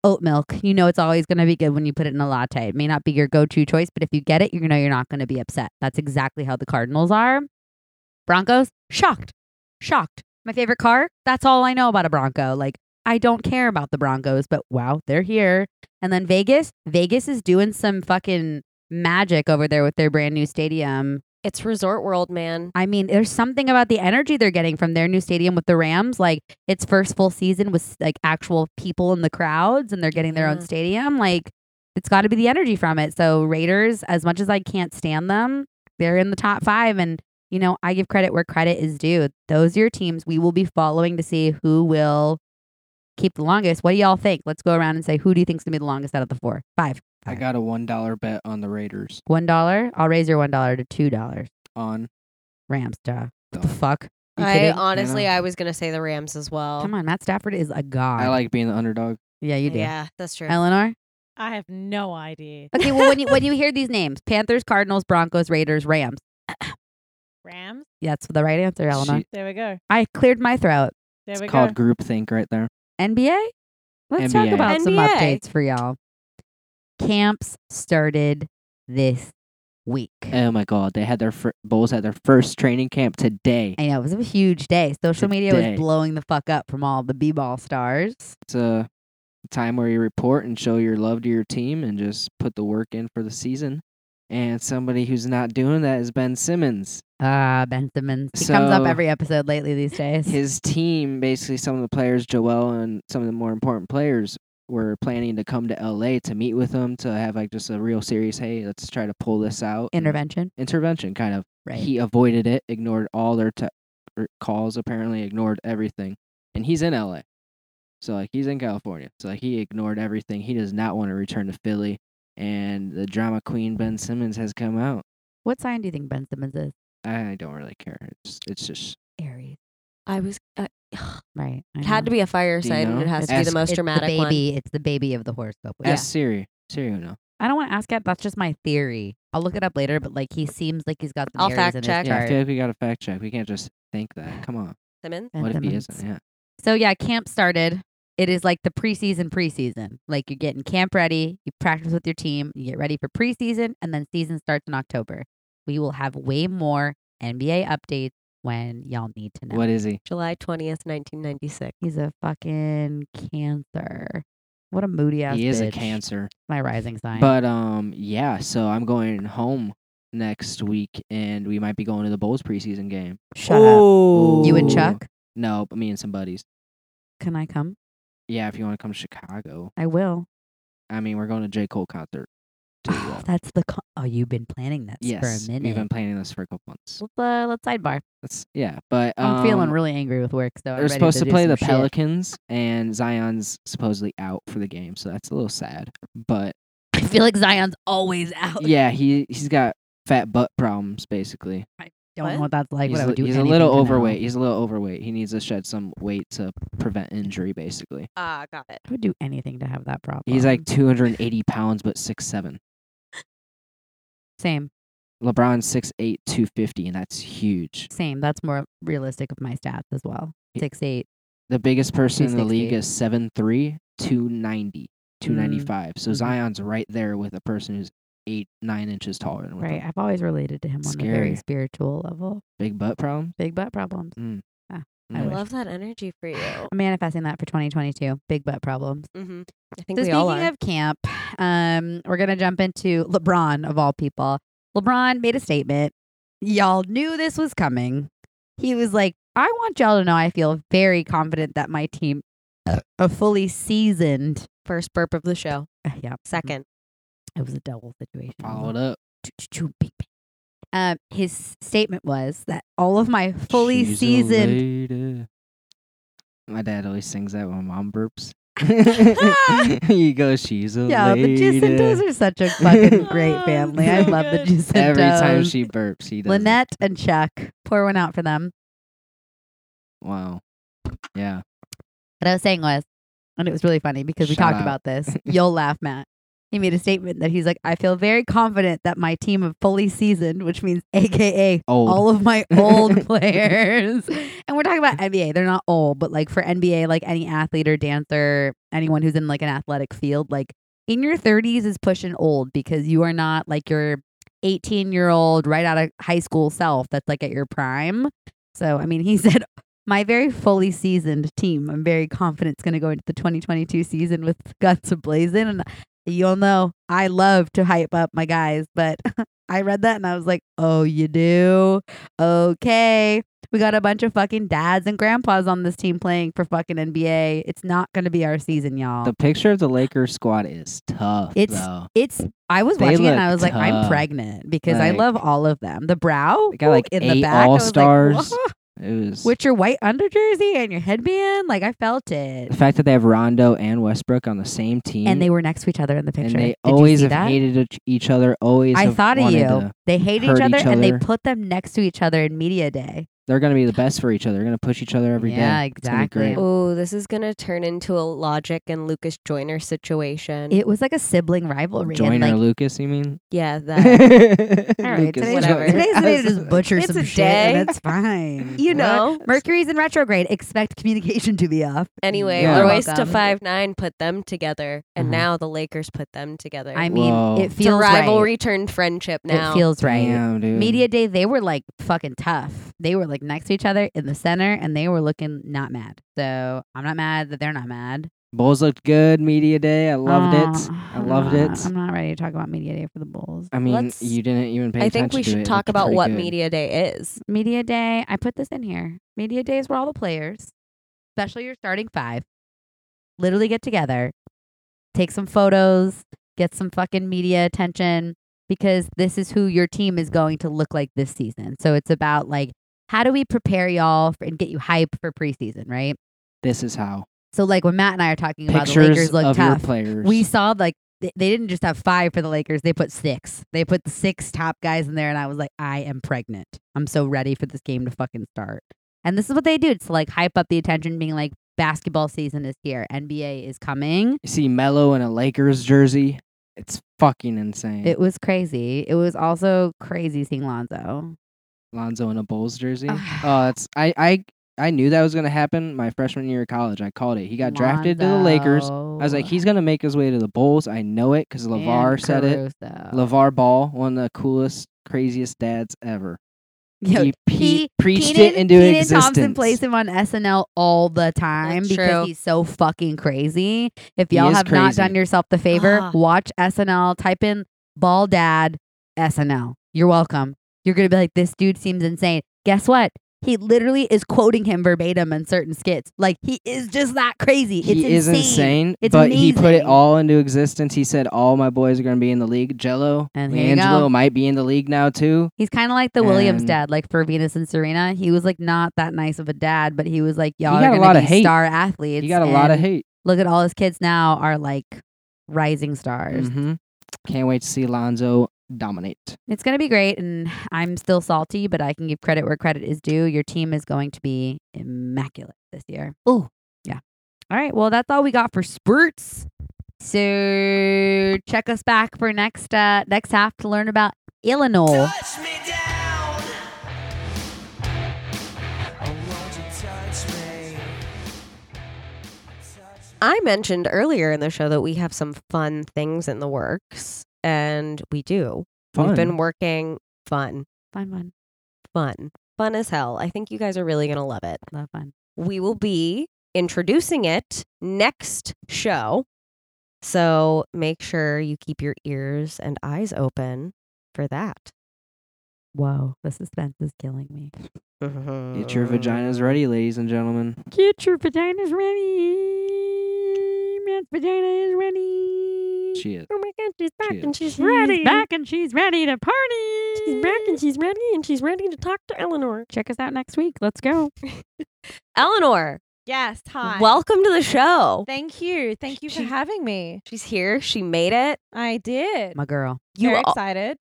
oat milk. You know it's always gonna be good when you put it in a latte. It may not be your go-to choice, but if you get it, you know you're not gonna be upset. That's exactly how the Cardinals are. Broncos, shocked. Shocked. My favorite car? That's all I know about a Bronco. Like, I don't care about the Broncos, but wow, they're here. And then Vegas, Vegas is doing some fucking magic over there with their brand new stadium.
It's Resort World, man.
I mean, there's something about the energy they're getting from their new stadium with the Rams. Like, its first full season was like actual people in the crowds and they're getting their own
Yeah.
stadium. Like, it's got to be the energy from it. So, Raiders, as much as I can't stand them, they're in the top five. And, you know, I give credit where credit is due. Those are your teams we will be following to see who will keep the longest. What do y'all think? Let's go around and say, who do you think's going to be the longest out of the four? Five.
I got a one dollar bet on the Raiders
One dollar. I'll raise your one dollar to two dollars.
on
Rams, duh. What the
Duh.
fuck? You
I
kidding?
honestly,
Yeah.
I was gonna say the Rams as well.
Come on, Matt Stafford is a god.
I like being the underdog.
Yeah, you do.
Oh. Yeah, that's true.
Eleanor.
I have no idea.
Okay, well when you when you hear these names, Panthers, Cardinals, Broncos, Raiders, Rams.
Rams.
Yeah, That's the right answer, Eleanor.
She-
There we go.
I cleared my throat.
There
It's
we
called
go.
groupthink right there.
NBA. Let's talk
NBA.
about some
NBA.
updates for y'all. Camps started this week.
Oh my god, they had their fir- Bulls had their first training camp today.
I know it was a huge day. Social media was
Today. blowing
blowing the fuck up from all the b-ball stars.
It's a time where you report and show your love to your team and just put the work in for the season. And somebody who's not doing that is Ben Simmons.
Ah, Ben Simmons. He comes up
So-
every episode lately these days.
His team, basically, some of the players, Joel and some of the more important players, were planning to come to LA to meet with him to have like just a real serious, hey, let's try to pull this out. and
Intervention.
Intervention, kind of.
Right.
He avoided it, ignored all their te- er, calls, apparently ignored everything. And he's in LA. So like he's in California. So like he ignored everything. He does not want to return to Philly. And the drama queen Ben Simmons has come out.
what sign do you think Ben Simmons is?
I don't really care. It's it's just
Aries.
I was. Uh,
Right. I
it had to
know.
be a fire
Do you
sign. and
know?
It has to be
Ask-
the most
it's
dramatic
the
one.
baby, It's the baby of the horoscope.
ask Siri. Siri will know.
I don't want to ask it. That's just my theory. I'll look it up later, but like he seems like he's got some
I'll
Aries
fact
in his
check.
Yeah, I
chart.
feel like we gotta fact check. We can't just think that. Come on.
Simmons.
Ben
what if he
Simmons.
isn't? Yeah.
So yeah, camp started. It is like the preseason preseason. Like you're getting camp ready, you practice with your team, you get ready for preseason, and then season starts in October. We will have way more NBA updates when y'all need to know.
What is he?
July 20th, 1996.
He's a fucking cancer. What a moody ass.
he is a
bitch.
cancer.
My rising sign.
But um yeah, so I'm going home next week and we might be going to the Bulls preseason game.
shut up. You and Chuck,
No, but me and some buddies.
can I come?
Yeah, if you want to come to Chicago.
I will.
I mean, we're going to J. Cole concert. too,
Oh,
uh,
that's the con- oh you've been planning this
yes,
for a minute.
we've been planning this for a couple months.
let's uh, let's sidebar.
That's, yeah, but
I'm feeling
um,
really angry with work, so I'm
They're
ready
supposed to,
do
play
some
the
shit.
Pelicans, and Zion's supposedly out for the game, so that's a little sad. But
I feel like Zion's always out.
yeah, he he's got fat butt problems basically.
Don't
What?
know what that's like.
he's
what I
a-
would do.
he's a
anything
little
to know.
overweight. He's a little overweight. He needs to shed some weight to prevent injury. Basically,
Ah, got it.
I would do anything to have that problem.
he's like 280 pounds, but six seven.
same,
LeBron's 6'8", 250, and that's huge.
same. That's more realistic of my stats as well.
He-
Six eight.
The biggest person in the
260.
league is 7'3", 290, 295. So
Mhm. Mm-hmm.
Zion's right there with a person who's eight, nine inches taller than what the
Right. I've always related to him on a very
Scary.
spiritual level.
big butt problem.
Big butt problems.
Mm.
Ah,
Mm.
I
I
wish.
love that energy for you.
I'm manifesting that for 2022. Big butt problems.
Mm-hmm. I think
So
we
speaking
all are.
of camp, um, we're gonna jump into LeBron of all people. LeBron made a statement. Y'all knew this was coming. He was like, "I want y'all to know I feel very confident that my team, a fully seasoned,
First burp of the show.
Uh, yeah, Mm-hmm.
Second.
it was a double situation. Mm-hmm.
Follow it up.
Choo-choo, bing, bing. Um, his statement was that all of my fully
She's a
seasoned
lady. My dad always sings that when mom burps. he goes, she's a
Yeah, the
lady.
Jacintos are such a fucking great
Oh,
family. I
so
love the
good.
Jacintos.
Every time she burps, he does. it.
Lynette and Chuck, pour one out for them.
Wow. Yeah.
What I was saying was, and it was really funny because we
Shout
talked
out.
about this. You'll laugh, Matt. He made a statement that he's like, I feel very confident that my team of fully seasoned, which means AKA
Old.
all of my old players. And we're talking about NBA. They're not old, but like for NBA, like any athlete or dancer, anyone who's in like an athletic field, like in your 30s is pushing old because you are not like your 18 year old right out of high school self that's like at your prime. So, I mean, he said, my very fully seasoned team, I'm very confident it's going to go into the 2022 season with guts ablazing. And you'll know I love to hype up my guys, but I read that and I was like, oh, you do? Okay. We got a bunch of fucking dads and grandpas on this team playing for fucking NBA. It's not going to be our season, y'all.
The picture of the Lakers squad is tough,
It's-
though.
It's. I was
They
watching it and
look
I was like, I'm
tough.
pregnant because I
Like-
love all of them. The brow,
They got
ooh,
like
in the
eight
back, I was like,
All-Stars.
"Whoa."
It was.
with your white under jersey and your headband. Like I felt it,
the fact that they have Rondo and Westbrook on the same team,
and they were next to each other in the
and
picture.
they
Did you
always
see
have
that?
hated each- each other. Always,
I
have
thought of
wanted
you.
to-
they hate each
hurt
other,
each
and they
other.
put them next to each other in media day.
they're gonna be the best for each other. They're gonna push each other every day.
Yeah,
It's gonna be
exactly.
great.
Oh, this is going to turn into a Logic and Lucas Joyner situation.
It was like a sibling rivalry.
Joyner
and like,
Lucas, you mean?
yeah, that.
all
right,
right, today's,
whatever.
today's the day to just butcher
It's
some
a
shit, and
day.
it's fine.
you know.
Mercury's in retrograde. Expect communication to be off.
Anyway,
Yeah.
Royce to
Welcome.
five nine put them together, and
Mhm.
now the Lakers put them together.
I mean,
Whoa.
it
It's a
feels
rivalry turned friendship
Right.
now.
It feels right.
Damn, dude.
Media day, they were like fucking tough. They were like next to each other in the center, and they were looking not mad. So I'm not mad that they're not mad.
Bulls looked good. Media day. I loved it.
Ah.
I loved it.
I'm not ready to talk about media day for the Bulls.
I mean,
Let's-
you didn't even pay
I
attention
think we
to it.
should
It
talk
looked
about
pretty
what
good.
media day is.
Media day, I put this in here. Media days where all the players, especially your starting five, literally get together, take some photos, get some fucking media attention because this is who your team is going to look like this season. So it's about like, how do we prepare y'all for, and get you hype for preseason, right?
This is how
So like when Matt and I are talking about the
pictures
Lakers look
of your
tough,
players.
we saw like th- they didn't just have five for the Lakers; they put six. They put the six top guys in there, and I was like, I am pregnant. I'm so ready for this game to fucking start. And this is what they do: it's to, like hype up the attention, being like, basketball season is here, NBA is coming.
You see Melo in a Lakers jersey. It's fucking insane.
It was crazy. It was also crazy seeing Lonzo.
Lonzo in a Bulls jersey. oh, that's I I I knew that was gonna happen my freshman year of college. I called it. He got drafted to the Lakers. I was like, he's gonna make his way to the Bulls. I know it because Levar said it.
Uh,
Levar Ball, one of the coolest, craziest dads ever. he, he preached it into
Kenan
existence.
Thompson plays him on SNL all the time
That's
because
true.
he's so fucking crazy. If
He
y'all
is
have not
crazy.
done yourself the favor,
Ah.
watch SNL. Type in "ball dad SNL." You're welcome. You're gonna be like, this dude seems insane. Guess what? He literally is quoting him verbatim in certain skits. Like he is just that crazy.
he
it's
is insane,
It's
but he put it
amazing.
all into existence. He said all my boys are going to be in the league. Jello,
And here you go.
Angelo might be in the league now too.
He's kind of like the Williams
And-
dad, like for Venus and Serena. He was like not that nice of a dad, but he was like, y'all
got
are
a
gonna
lot
be
of hate.
star athletes.
he got a lot of
and
hate.
Look at all his kids now are like rising stars.
hmm Can't wait to see Lonzo dominate.
It's gonna be great, and I'm still salty, but I can give credit where credit is due. Your team is going to be immaculate this year. Oh yeah. All right. Well, that's all we got for spurts. So check us back for next uh next half to learn about Illinois.
Touch me down. Oh, won't you touch me? Touch me.
I mentioned earlier in the show that we have some fun things in the works. and we do.
Fun.
We've been working fun,
Fun, fun.
fun, fun as hell. I think you guys are really going to love it.
Love fun.
We will be introducing it next show. So make sure you keep your ears and eyes open for that.
Whoa, the suspense is killing me.
Get your vaginas ready, ladies and gentlemen.
Get your vaginas ready. Man's vagina is ready.
She is.
Oh my God, she's back
Cheers.
and she's, ready.
back and she's ready to party.
She's back and she's ready and she's ready to talk to Eleanor.
Check us out next week. Let's go.
Eleanor,
Yes. Hi.
welcome to the show.
thank you. Thank you for
She-
having me.
She's here. She made it.
I did.
My girl.
You
Very
al-
excited.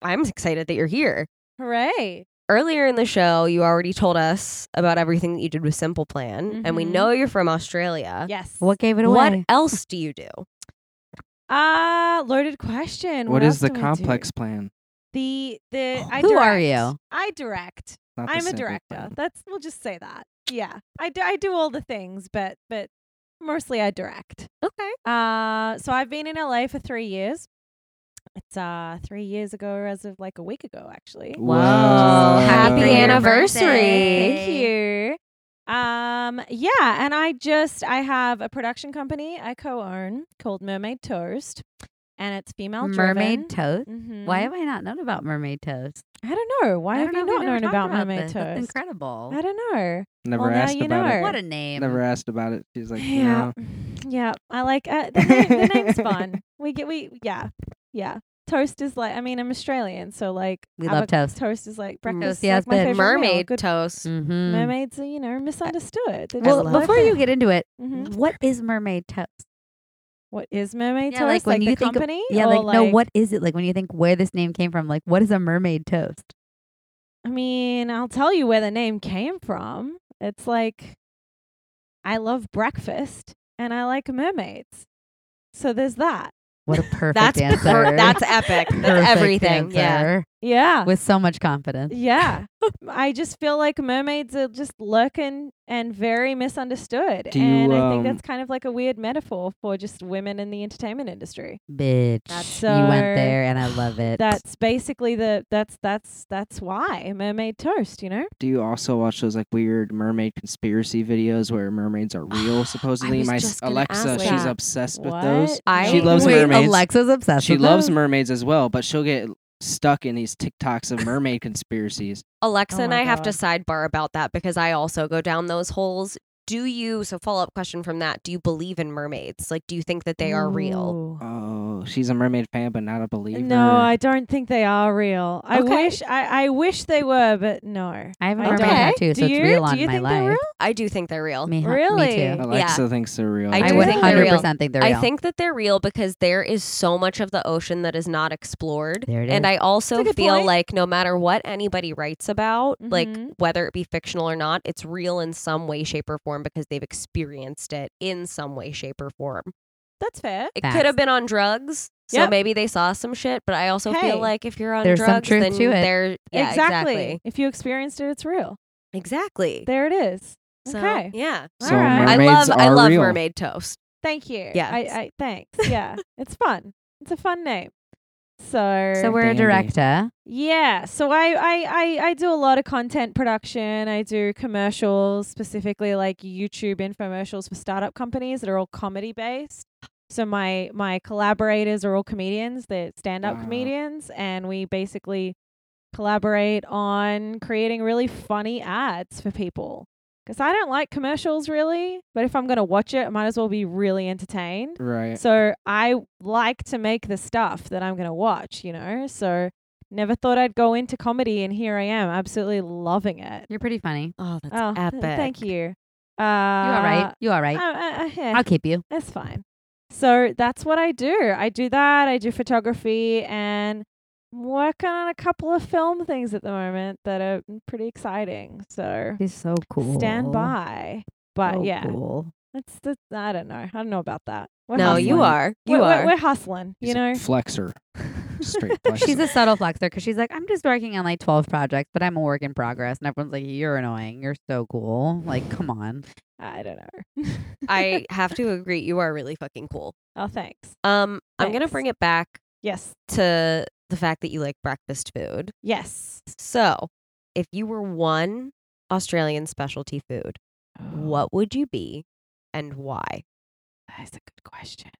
I'm excited that you're here.
Hooray.
Earlier in the show, you already told us about everything that you did with Simple Plan, and we
Mhm.
know you're from Australia.
Yes.
Uh, What gave it
What
Mm-hmm. away?
else do you do?
Ah, loaded question.
What
else
is the
do I do?
complex plan?
The the I
Who are
direct.
you?
I direct.
Not the
I'm a
simple
director.
plan.
That's we'll just say that. Yeah. I do I do all the things, but but mostly I direct.
Okay.
Uh so I've been in LA for 3 years. It's uh 3 years ago or as of like a week ago actually.
Whoa.
Happy
Happy
anniversary.
Thank you. Um, yeah, and I just I have a production company I co-own called Mermaid Toast, and it's female
Mermaid toast.
hmm
Why have I not known about mermaid toast?
I don't know. Why
I
have
don't
you
know if
not
we've
known
ever
about
talked about
Mermaid
this. That's
Toast? I
incredible.
don't know.
Never
Well, now
asked
you
about
know.
it.
What a name.
Never asked about it. She's like,
yeah, mm,
yeah.
yeah. I like uh, the, name, the name's fun. We get we yeah yeah. Toast is like I mean I'm Australian, so like
We love
avoc-
toast.
Toast is like breakfast.
yes,
like my
but
favorite meal.
Mermaid
Good-
toast.
Mm-hmm.
Mermaids are you know misunderstood. They
Well,
just love
before
it.
you get into it,
Mhm.
what is mermaid toast?
What is mermaid
Yeah,
toast?
like,
Like,
when
the
you think of-
company?
Yeah,
Or,
like, no, what is it? Like when you think where this name came from, like what is a mermaid toast?
I mean, I'll tell you where the name came from. It's like I love breakfast and I like mermaids. So there's that.
What a perfect
That's
answer.
per- that's epic. That's
Perfect
everything. Yeah.
answer.
Yeah.
With so much confidence.
yeah. I just feel like mermaids are just lurking and very misunderstood.
Do you,
and I think
um,
that's kind of like a weird metaphor for just women in the entertainment industry.
Bitch.
That's
you
our-
went there and I love it.
That's basically the that's that's that's why mermaid toast, you know?
Do you also watch those like weird mermaid conspiracy videos where mermaids are real? Supposedly,
was
my
just gonna
Alexa,
ask
she's
that.
obsessed with
What?
those.
I-
She loves
Wait,
mermaids.
Alexa's obsessed
She
with
loves
those?
mermaids as well, but she'll get stuck in these TikToks of mermaid conspiracies.
Alexa
Oh
and
my
I have to
God.
sidebar about that because I also go down those holes. Do you, so follow up question from that, do you believe in mermaids? Like, do you think that they are real?
Ooh.
Oh, she's a mermaid fan, but not a believer.
No, I don't think they are real. I
Okay.
wish I, I wish they were, but no.
I have a
I
mermaid
don't.
tattoo, so
Do
it's
you?
real on
Do you
my
think
life.
they're real?
I do think they're real.
Me, hu-
Really?
Me too.
Alexa thinks they're real.
I
I
do
would
think they're real.
100% think they're real.
I think that they're real because there is so much of the ocean that is not explored.
there it is.
And I also
That's a good
feel
point.
like no matter what anybody writes about, like
Mhm.
whether it be fictional or not, it's real in some way, shape, or form because they've experienced it in some way, shape, or form.
That's fair.
It
Facts.
could have been on drugs. So
Yep.
maybe they saw some shit, but I also
Hey,
feel like if you're on
there's some
drugs,
truth
then
to it.
there, yeah, exactly,
If you experienced it, it's real.
exactly.
There it is.
So,
okay.
yeah,
so
All right.
I
mermaids
love, I
are
love
real.
mermaid toast.
Thank you.
Yeah.
I, I thanks. Yeah. it's fun. It's a fun name. So,
so we're a
Dandy.
director.
yeah. So I, I, I, I do a lot of content production. I do commercials, specifically like YouTube infomercials for startup companies that are all comedy based. So my my collaborators are all comedians, they're stand up
Wow.
comedians, and we basically collaborate on creating really funny ads for people. Because I don't like commercials really, but if I'm gonna watch it, I might as well be really entertained.
Right.
So I like to make the stuff that I'm going to watch, you know? So never thought I'd go into comedy, and here I am, absolutely loving it.
You're pretty funny.
Oh, that's
oh, th-
epic.
thank you. Uh,
You all right? You all right?
Uh, uh, yeah,
I'll keep you.
it's fine. So that's what I do. I do that. I do photography and I'm working on a couple of film things at the moment that are pretty exciting. So
She's so cool.
stand by. But
So
yeah,
cool.
that's, that's, I don't know. I don't know about that. We're
No, you
hustling.
are. You
We're- we're-
are.
We're hustling, you
She's a
know?
flexor. Straight flexor.
She's a subtle flexer because she's like, I'm just working on like 12 projects, but I'm a work in progress. And everyone's like, You're annoying. You're so cool. Like, come on.
I don't know.
I have to agree. You are really fucking cool.
oh, thanks.
Um, I'm gonna
Thanks.
bring it back
Yes.
to the fact that you like breakfast food.
Yes.
So, if you were one Australian specialty food,
Oh.
what would you be and why?
That's a good question.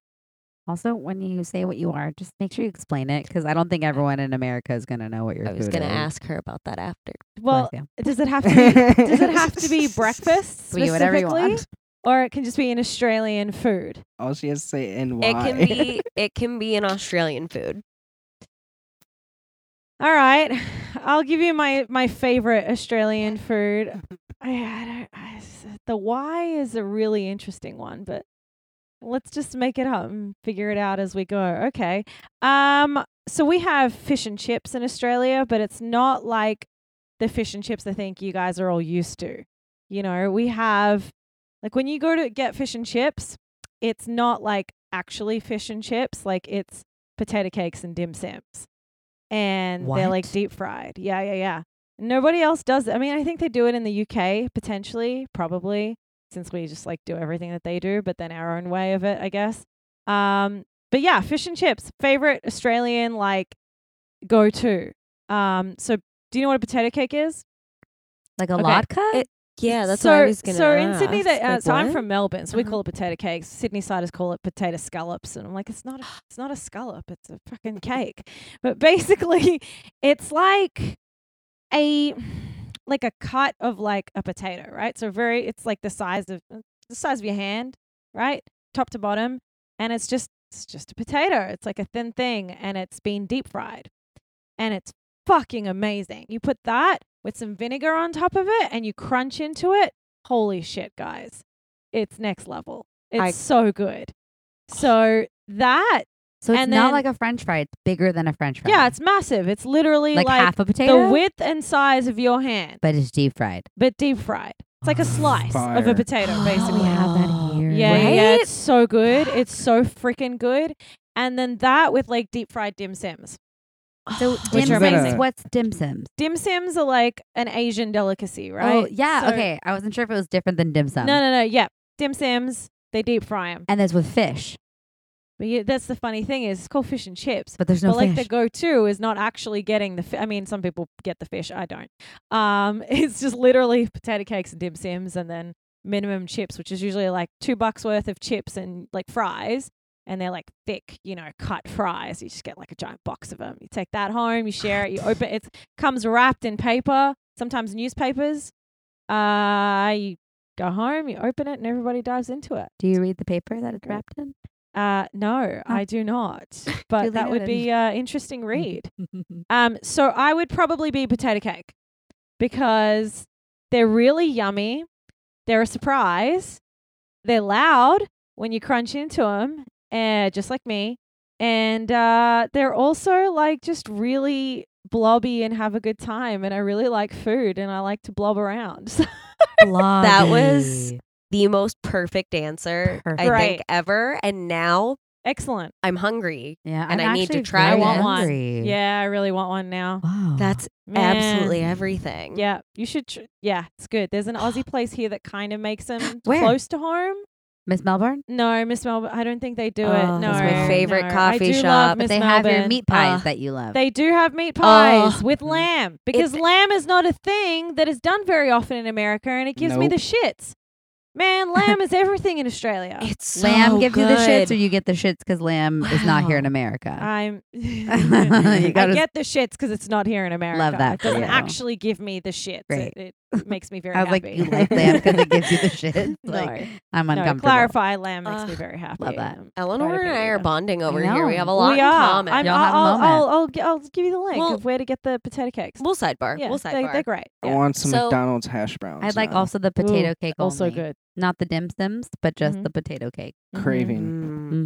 Also, when you say what you are, just make sure you explain it because I don't think everyone in America is going to know what your
I was
food
going to
is.
ask her about that after.
Well,
Bless you.
does it have to be, does it have to be breakfast
Be whatever you
specifically?
want.
or it can just be an Australian food?
All she has to say and why.
It can be it can be an Australian food.
All right, I'll give you my my favorite Australian food. I, I, don't- I s- the why is a really interesting one, but let's just make it up and figure it out as we go. Okay. Um. So we have fish and chips in Australia, but it's not like the fish and chips I think you guys are all used to. You know, we have like when you go to get fish and chips, it's not like actually fish and chips. Like it's potato cakes and dim sums, and they're like
What?
deep fried. Yeah, yeah, yeah. Nobody else does. I mean, I think they do it in the UK potentially, probably, since we just like do everything that they do, but then our own way of it, I guess. Um, but yeah, fish and chips, favorite Australian like go to. Um, so do you know what a potato cake is?
Like a
Okay.
ladka?
It- Yeah, that's
so,
what I was going to
So in Sydney, they, uh,
like,
so I'm
what?
from Melbourne, so we
Uh-huh.
call it potato cakes. Sydney siders call it potato scallops, and I'm like, it's not, a, it's not a scallop, it's a fucking cake. But basically, it's like a, like a cut of like a potato, right? So very, it's like the size of uh, the size of your hand, right, top to bottom, and it's just, it's just a potato. It's like a thin thing, and it's been deep fried, and it's fucking amazing. You put that with some vinegar on top of it, and you crunch into it holy shit, guys. It's next level. It's
I-
so good. So that,
So it's
And
not
then-
like a French fry; it's bigger than a French fry.
yeah, it's massive. It's literally
like,
like,
half a potato,
the width and size of your hand,
but Oh, it's deep fried.
but deep fried. It's like a slice of a
Fire.
potato, basically.
we have that here.
Yeah, yeah, yeah,
Right?
it's so good. It's so freaking good. And then that with like deep fried dim sims.
So
Which
dim
is better?
sums. What's dim sums?
Dim sims are like an Asian delicacy, right?
Oh, yeah.
So-
okay, I wasn't sure if it was different than dim sum.
No, no, no. Yeah, dim sims. They deep fry them.
And that's with fish,
But yeah, that's the funny thing is it's called fish and chips.
but there's no
but like
fish.
the go-to is not actually getting the. Fi- I mean, some people get the fish. I don't. Um, it's just literally potato cakes and dim sims, and then minimum chips, which is usually like two bucks worth of chips and like fries, and they're like thick, you know, cut fries. You just get like a giant box of them. You take that home, you share it, you open it. Comes wrapped in paper, sometimes newspapers. Uh, you go home, you open it, and everybody dives into it.
Do you read the paper that it's wrapped in?
Uh, no,
Oh.
I do not. But
Julie
that would
Newman.
be uh, interesting
Mm-hmm.
read. um, so I would probably be potato cake because they're really yummy. They're a surprise. They're loud when you crunch into them, uh, just like me. And uh, they're also like just really blobby and have a good time. And I really like food and I like to blob around. So
That was the most perfect answer I
Right.
think ever and now
excellent.
I'm hungry.
Yeah,
And
I'm
I need to
actually
try
very
one. I want
one.
hungry.
Yeah, I really want one now.
Wow.
That's
Man.
absolutely everything.
Yeah, you should. Tr- yeah, it's good. There's an Aussie place here that kind of makes them
Where?
close to home.
Miss Melbourne.
No, Miss Melbourne. I don't think they do
Oh,
it. No,
that's my
favorite
no.
coffee
I do
shop,
Love
but
Miss
they
Melbourne. Ah,
have your meat pies Oh.
Uh,
that you love.
They do have meat pies with
Mm.
lamb because lamb is not a thing that is done very often in America, and it gives me the
Nope.
shits. Man, lamb is everything in Australia.
It's so
lamb gives you the shits, or
good.
you get the shits because lamb is not here in
Wow.
America.
I'm.
You
I
gotta-
get the shits because it's not here in America.
that
It
for
doesn't
you.
actually give me the shits.
Great.
It, it makes me very
I was like,
happy.
you like lamb because it gives you the shits.
No.
Like, I'm
No,
uncomfortable.
clarify, lamb makes me
Ugh,
very happy.
love that.
Um,
Eleanor
quite a
and
bit
I are
of it.
bonding over
I
here. We
know.
have a lot
we
in
are.
common.
I'm,
Y'all have a
I'll, I'll,
moment.
I'll, I'll, gi- I'll give you the link
Well-
of where to get the potato cakes.
we'll sidebar.
yeah,
we'll
they,
sidebar.
they're great.
I
Yeah.
want some
So-
McDonald's hash browns.
I'd like
now.
also the potato
Ooh,
cake.
Also
only.
good.
Not the dim sims, but just
Mhm.
the potato cake.
Mhm.
craving.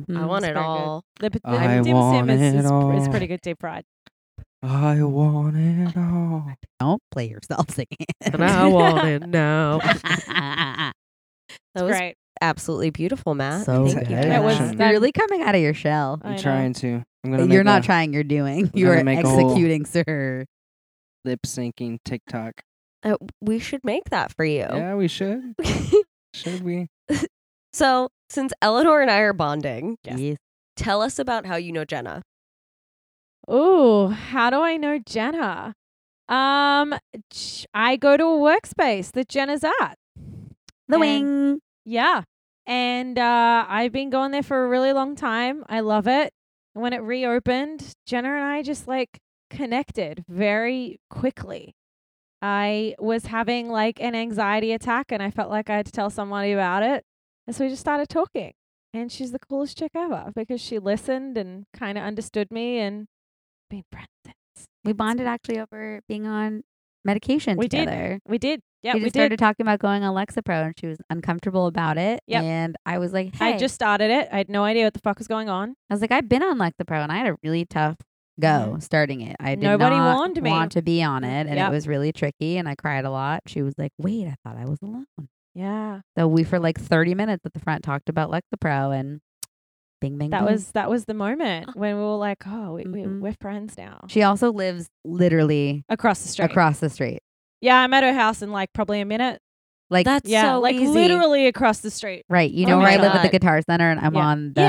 Mm, I
Mhm.
want
It's
it
very good.
all.
The, pot- the
I
dim
want
sim is,
it
is, pr- is
all.
pretty good deep fried.
I want it all.
Don't play yourself singing.
want it now. That was
Great.
absolutely beautiful, Matt.
So
Thank you.
good.
for
That was- Uh,
that.
that-
really coming out of your shell.
I
I'm
know.
trying to. I'm gonna.
You're
make
not
a
trying. You're doing.
You
You
gotta
are
make a whole-
executing, sir.
Lip syncing TikTok.
Uh, we should make that for you.
Yeah, we should. Should we?
so, since Eleanor and I are bonding,
Yes.
tell us about how you know Jenna.
Ooh, how do I know Jenna? Um, j- I go to a workspace that Jenna's at.
The
And-
wing.
Yeah. And uh, I've been going there for a really long time. I love it. And when it reopened, Jenna and I just like connected very quickly. I was having like an anxiety attack and I felt like I had to tell somebody about it. And so we just started talking. And she's the coolest chick ever because she listened and kind of understood me and been friends. since.
We bonded actually over being on medication
We did.
together.
We did. Yeah,
we
we,
just
did.
started talking about going on Lexapro, and she was uncomfortable about it.
Yep.
And I was like, hey.
I just started it. I had no idea what the fuck was going on.
I was like, I've been on Lexapro, and I had a really tough go starting it. I did
Mm-hmm. Nobody
not
warned me.
want to be on it, and
Yep.
it was really tricky, and I cried a lot. She was like, wait, I thought I was alone.
Yeah.
So we, for like 30 minutes at the front, talked about Lexapro, and bing, bing,
That
Mm-hmm.
bing.
was that was the
Ah.
moment when we were like, oh, we, we,
Mhm.
we're friends now.
She also lives literally
across the street.
across the street.
Yeah, I'm at her house in like probably a minute.
Like,
That's
yeah,
so
like
easy.
literally across the street.
right. You
Oh
know where
my
I live at the
God.
Guitar Center, and I'm
Yeah.
on the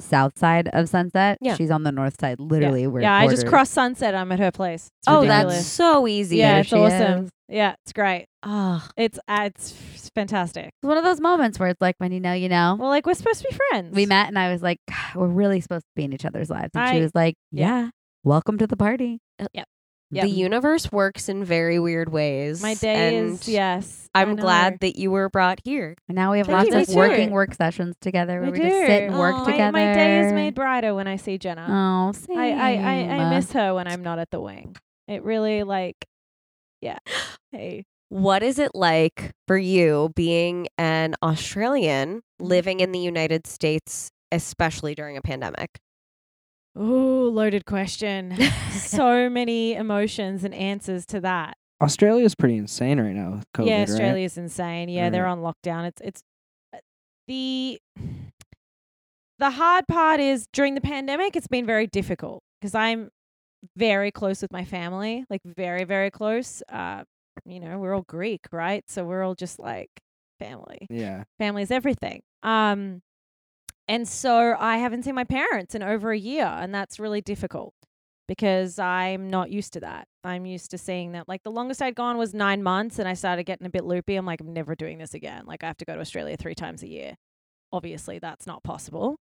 south side of Sunset.
Yeah.
She's on the north side, literally.
yeah,
We're
yeah I just
borders.
crossed Sunset. I'm at her place. It's
Oh,
ridiculous.
that's so easy.
yeah,
There
it's
she
awesome.
is.
Yeah, it's great.
Oh,
It's uh, it's f- fantastic.
It's one of those moments where it's like when you know, you know.
Well, like we're supposed to be friends.
We met, and I was like, "God, "We're really supposed to be in each other's lives." And
I-
she was like,
yeah.
"Yeah, Uh, welcome to the party."
Yep.
Yeah.
the universe works in very weird ways.
My day
and
is yes. I
I'm
know.
glad that you were brought here.
And now we have
Thank
lots
you, me
of
too.
working work sessions together where
We
we, just sit
do.
and work
Aw.
my,
together.
my day is made brighter when I see Jenna.
Oh,
I, I, I, I
same.
miss her when I'm not at the wing. It really like, yeah. Hey.
What is it like for you being an Australian
Mm-hmm.
living in the United States, especially during a pandemic?
Ooh, loaded question. so many emotions and answers to that.
Australia's pretty insane right now with COVID.
yeah,
right?
Australia's insane. Yeah, they're on lockdown. It's it's uh, the the hard part is during the pandemic it's been very difficult because I'm very close with my family, like very very close. Uh, you know, we're all Greek, right? So we're all just like family.
Yeah.
family is everything. Um, and so I haven't seen my parents in over a year, and that's really difficult because I'm not used to that. I'm used to seeing that. Like the longest I'd gone was nine months, and I started getting a bit loopy. I'm like, I'm never doing this again. Like I have to go to Australia three times a year. Obviously, that's not possible.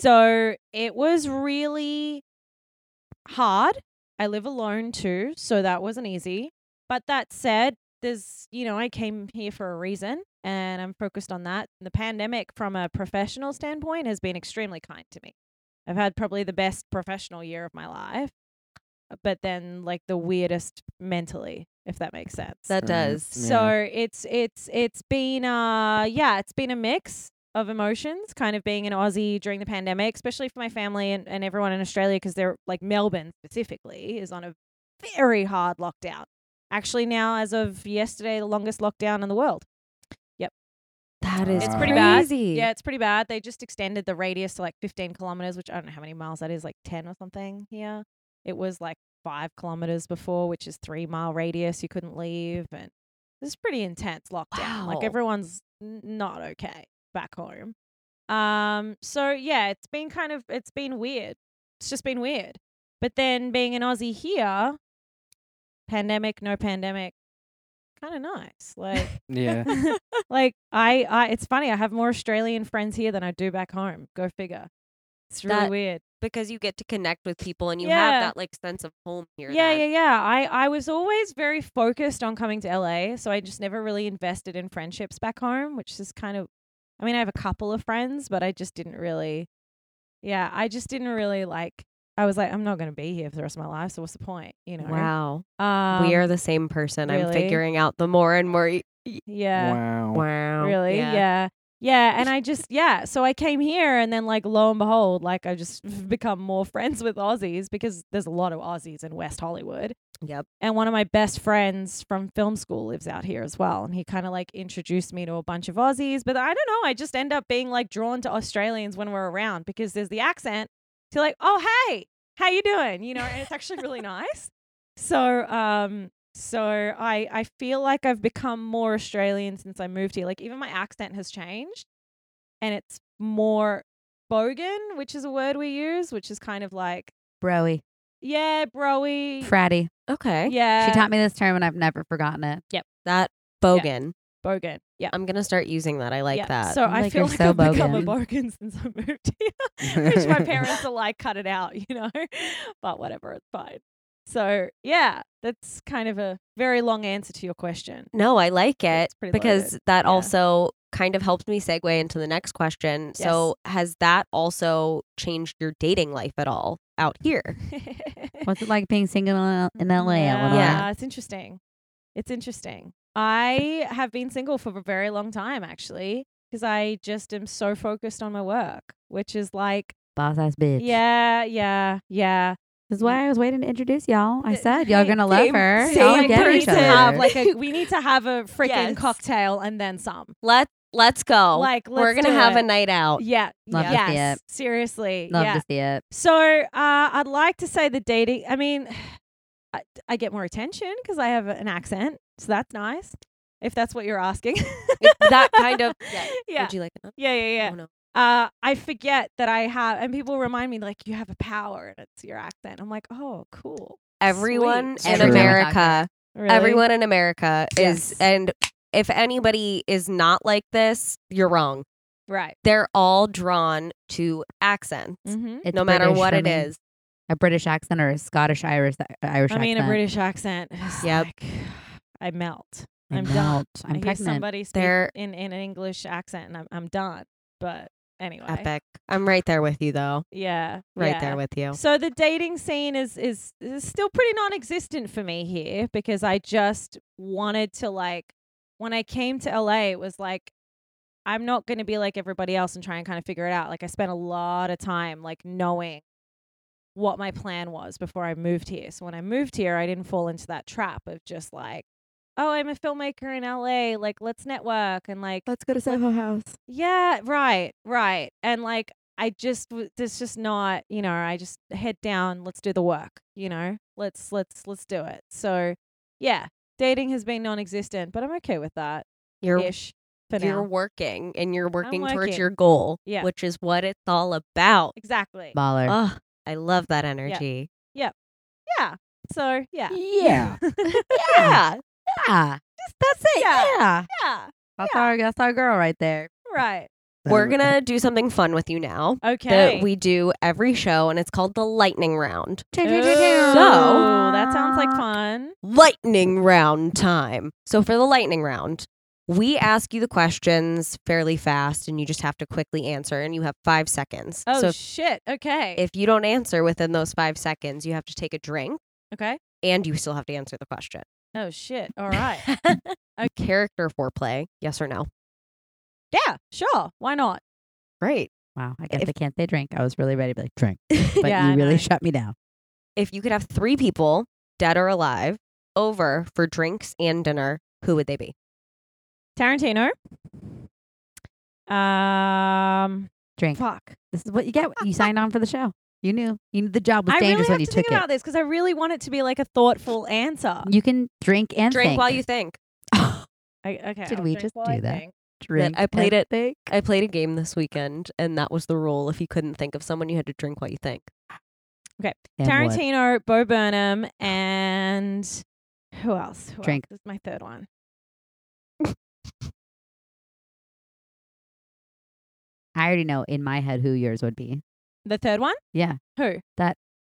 So it was really hard. I live alone too, so that wasn't easy. But that said, there's, you know, I came here for a reason and I'm focused on that. The pandemic, from a professional standpoint, has been extremely kind to me. I've had probably the best professional year of my life, but then like the weirdest mentally, if that makes sense.
That
Mhm.
does.
Yeah.
So it's it's it's been uh yeah, it's been a mix of emotions, kind of being an Aussie during the pandemic, especially for my family and, and everyone in Australia, because they're like Melbourne specifically is on a very hard lockdown. Actually, now as of yesterday, the longest lockdown in the world.
That
is
is
It's
pretty bad.
crazy.
Yeah, it's pretty bad. They just extended the radius to like 15 kilometers, which I don't know how many miles that is, like 10 or something here. It was like five kilometers before, which is three mile radius. You couldn't leave. And this is pretty intense
Wow.
lockdown. Like everyone's n- not okay back home. Um, so yeah, it's been kind of, it's been weird. It's just been weird. But then being an Aussie here, pandemic, no pandemic, kind of nice. Like,
Yeah.
like I, I, it's funny. I have more Australian friends here than I do back home. Go figure. It's really
That-
weird.
Because you get to connect with people and you
Yeah.
have that like sense of home here.
Yeah,
then.
yeah, yeah. I, I was always very focused on coming to LA, so I just never really invested in friendships back home, which is kind of. I mean, I have a couple of friends, but I just didn't really. Yeah, I just didn't really like. I was like, I'm not going to be here for the rest of my life, so what's the point? You know.
Wow.
Um,
we are the same person. I'm
really?
figuring out the more and more. y-
Yeah.
wow.
Wow.
Really? Yeah. yeah. and I just yeah, so I came here and then like lo and behold, like I just become more friends with Aussies because there's a lot of Aussies in West Hollywood.
Yep.
And one of my best friends from film school lives out here as well, and he kind of like introduced me to a bunch of Aussies, but I don't know, I just end up being like drawn to Australians when we're around because there's the accent. To like, "Oh, hey. How you doing?" You know, and it's actually really nice. So, um so I I feel like I've become more Australian since I moved here. Like even my accent has changed, and it's more bogan, which is a word we use, which is kind of like
broy,
Yeah, broy.
fratty.
Okay.
yeah.
she taught me this term and I've never forgotten it.
That bogan.
Bogan. Yeah.
I'm gonna start using that. I like
yeah.
that.
So
I'm
I
like,
feel
you're
like
so
I've become a bogan since I moved here, which my parents are like, cut it out, you know. But whatever, it's fine. So yeah, that's kind of a very long answer to your question.
no, I like it
It's pretty
because
loaded.
that
Yeah.
also kind of helped me segue into the next question. So has that also changed your dating life at all out here?
What's it like being single in L- in LA?
Yeah,
Eleanor?
Yeah.
it's interesting. It's interesting. I have been single for a very long time, actually, because I just am so focused on my work, which is like,
Boss ass bitch.
yeah, yeah, yeah.
This is why I was waiting to introduce y'all. I
Uh,
said y'all
hey,
gonna love
same-
her.
same
Y'all
Like,
get
we
each
need to have
other.
like a we need to have a freaking
Yes.
cocktail and then some.
Let Let's go.
Like
We're
let's
gonna
do
have a
it.
night out.
yeah.
Love to see
yes. Seriously.
Love
yeah.
to see it.
So uh, I'd like to say the dating. I mean, I, I get more attention because I have an accent, so that's nice. If that's what you're asking,
It- that kind of. Yeah.
yeah.
Would you like it?
yeah, yeah, yeah.
Oh, no.
Uh, I forget that I have, and people remind me like you have a power, and it's your accent. I'm like, oh, cool.
Everyone
Sweet.
in
True.
America
Really?
Everyone in America
Yes.
is, and if anybody is not like this, you're wrong.
right?
They're all drawn to accents,
Mm-hmm.
It's
no matter
British
what
for
it
me.
is.
a British accent or a Scottish Irish Irish
I mean,
accent.
a British accent. It's
Yep.
like, I melt.
I
I'm
melt.
done.
I'm
I hear
pregnant.
somebody speak
They're-
in, in an English accent, and I'm I'm done. But anyway,
Epic. I'm right there with you, though.
yeah,
Right
yeah.
there with you.
So the dating scene is, is is still pretty non-existent for me here because I just wanted to like when I came to LA it was like I'm not going to be like everybody else and try and kind of figure it out. Like I spent a lot of time like knowing what my plan was before I moved here. So when I moved here, I didn't fall into that trap of just like oh, I'm a filmmaker in LA, like let's network and like
Let's go to Soho House.
yeah, right, right. And like, I just, w- it's just not, you know, I just head down, let's do the work, you know, let's, let's, let's do it. So yeah, dating has been non existent, but I'm okay with that
You're
ish for
you're
now.
working, and you're working, towards
working.
your goal,
Yeah.
which is what it's all about.
Exactly.
Baller.
Ugh, I love that energy.
Yeah. So yeah.
yeah.
Yeah,
yeah. That's it.
Yeah.
yeah.
Yeah.
That's
Yeah.
our that's our girl right there.
Right.
we're gonna do something fun with you now
Okay.
that we do every show, and it's called the lightning round.
Oh, that sounds like fun.
lightning round time. So for the lightning round, we ask you the questions fairly fast and you just have to quickly answer and you have 5 seconds.
Oh
so if,
shit. Okay.
if you don't answer within those 5 seconds, you have to take a drink
okay.
and you still have to answer the question.
Oh shit. All right.
Character foreplay, yes or no?
yeah. Sure. Why not?
Great.
Wow, I guess
If-
I can't say drink. I was really ready to be like drink, but
Yeah, I
you really
know.
shut me down.
If you could have 3 people, dead or alive, over for drinks and dinner, who would they be?
Tarantino. Um.
Drink.
Fuck.
This is what you get. You signed on for the show. You knew. You knew the job was
I really
dangerous
have
when you
to
took
think
it.
about this because I really want it to be like a thoughtful answer.
You can drink and
Drink
think.
while you think.
I, okay.
Did
I'll
we
drink
just
while
do
I
that?
think.
drink.
I played
and
it-
Think.
I played a game this weekend and that was the rule. If you couldn't think of someone, you had to drink while you think.
And what?
Tarantino, Bo Burnham, and who else? Who
Drink.
Else? This is my third one.
I already know in my head who yours would be.
The third one?
Yeah,
Who?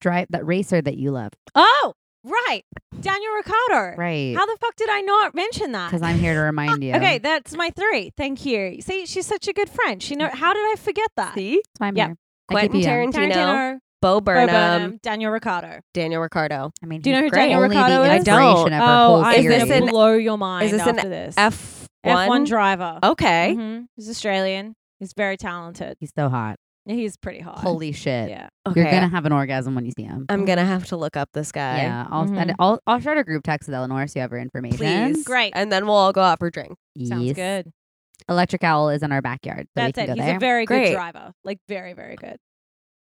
drive that racer that you love.
Oh, right. Daniel Ricardo.
Right.
How the fuck did I not mention that?
Because I'm here to remind you.
Okay, that's my three. Thank you. See, she's such a good friend. She know. How did I forget that?
See?
that's why I'm
yeah.
here. I keep
Quentin
you young.
Tarantino,
Tarantino,
Bo,
Bo
Burnham,
Burnham, Daniel Ricardo.
Daniel Ricardo.
I mean,
Do you know
he's
who
great.
Daniel
Only the
Ricardo is? I
inspiration of her
oh,
whole
I'm
Is
gonna
this an-
series.
blow your mind
this an
after this.
F1.
F1 driver.
Okay.
Mm-hmm.
Mhm. He's Australian. He's very talented.
He's so hot.
He's pretty hot.
Holy shit.
Yeah.
Okay.
You're gonna have an orgasm when you see him.
I'm going to have to look up this guy.
Mm-hmm. yeah, I'll send.
Mhm.
I'll, I'll start a group text with Eleanor so you have her information.
Please.
Great.
And then we'll all go out for a drink.
Sounds
Yes.
good.
Electric Owl is in our backyard, so
That's
we
it.
can
He's
go there.
a very
Great.
good driver. Like very, very good.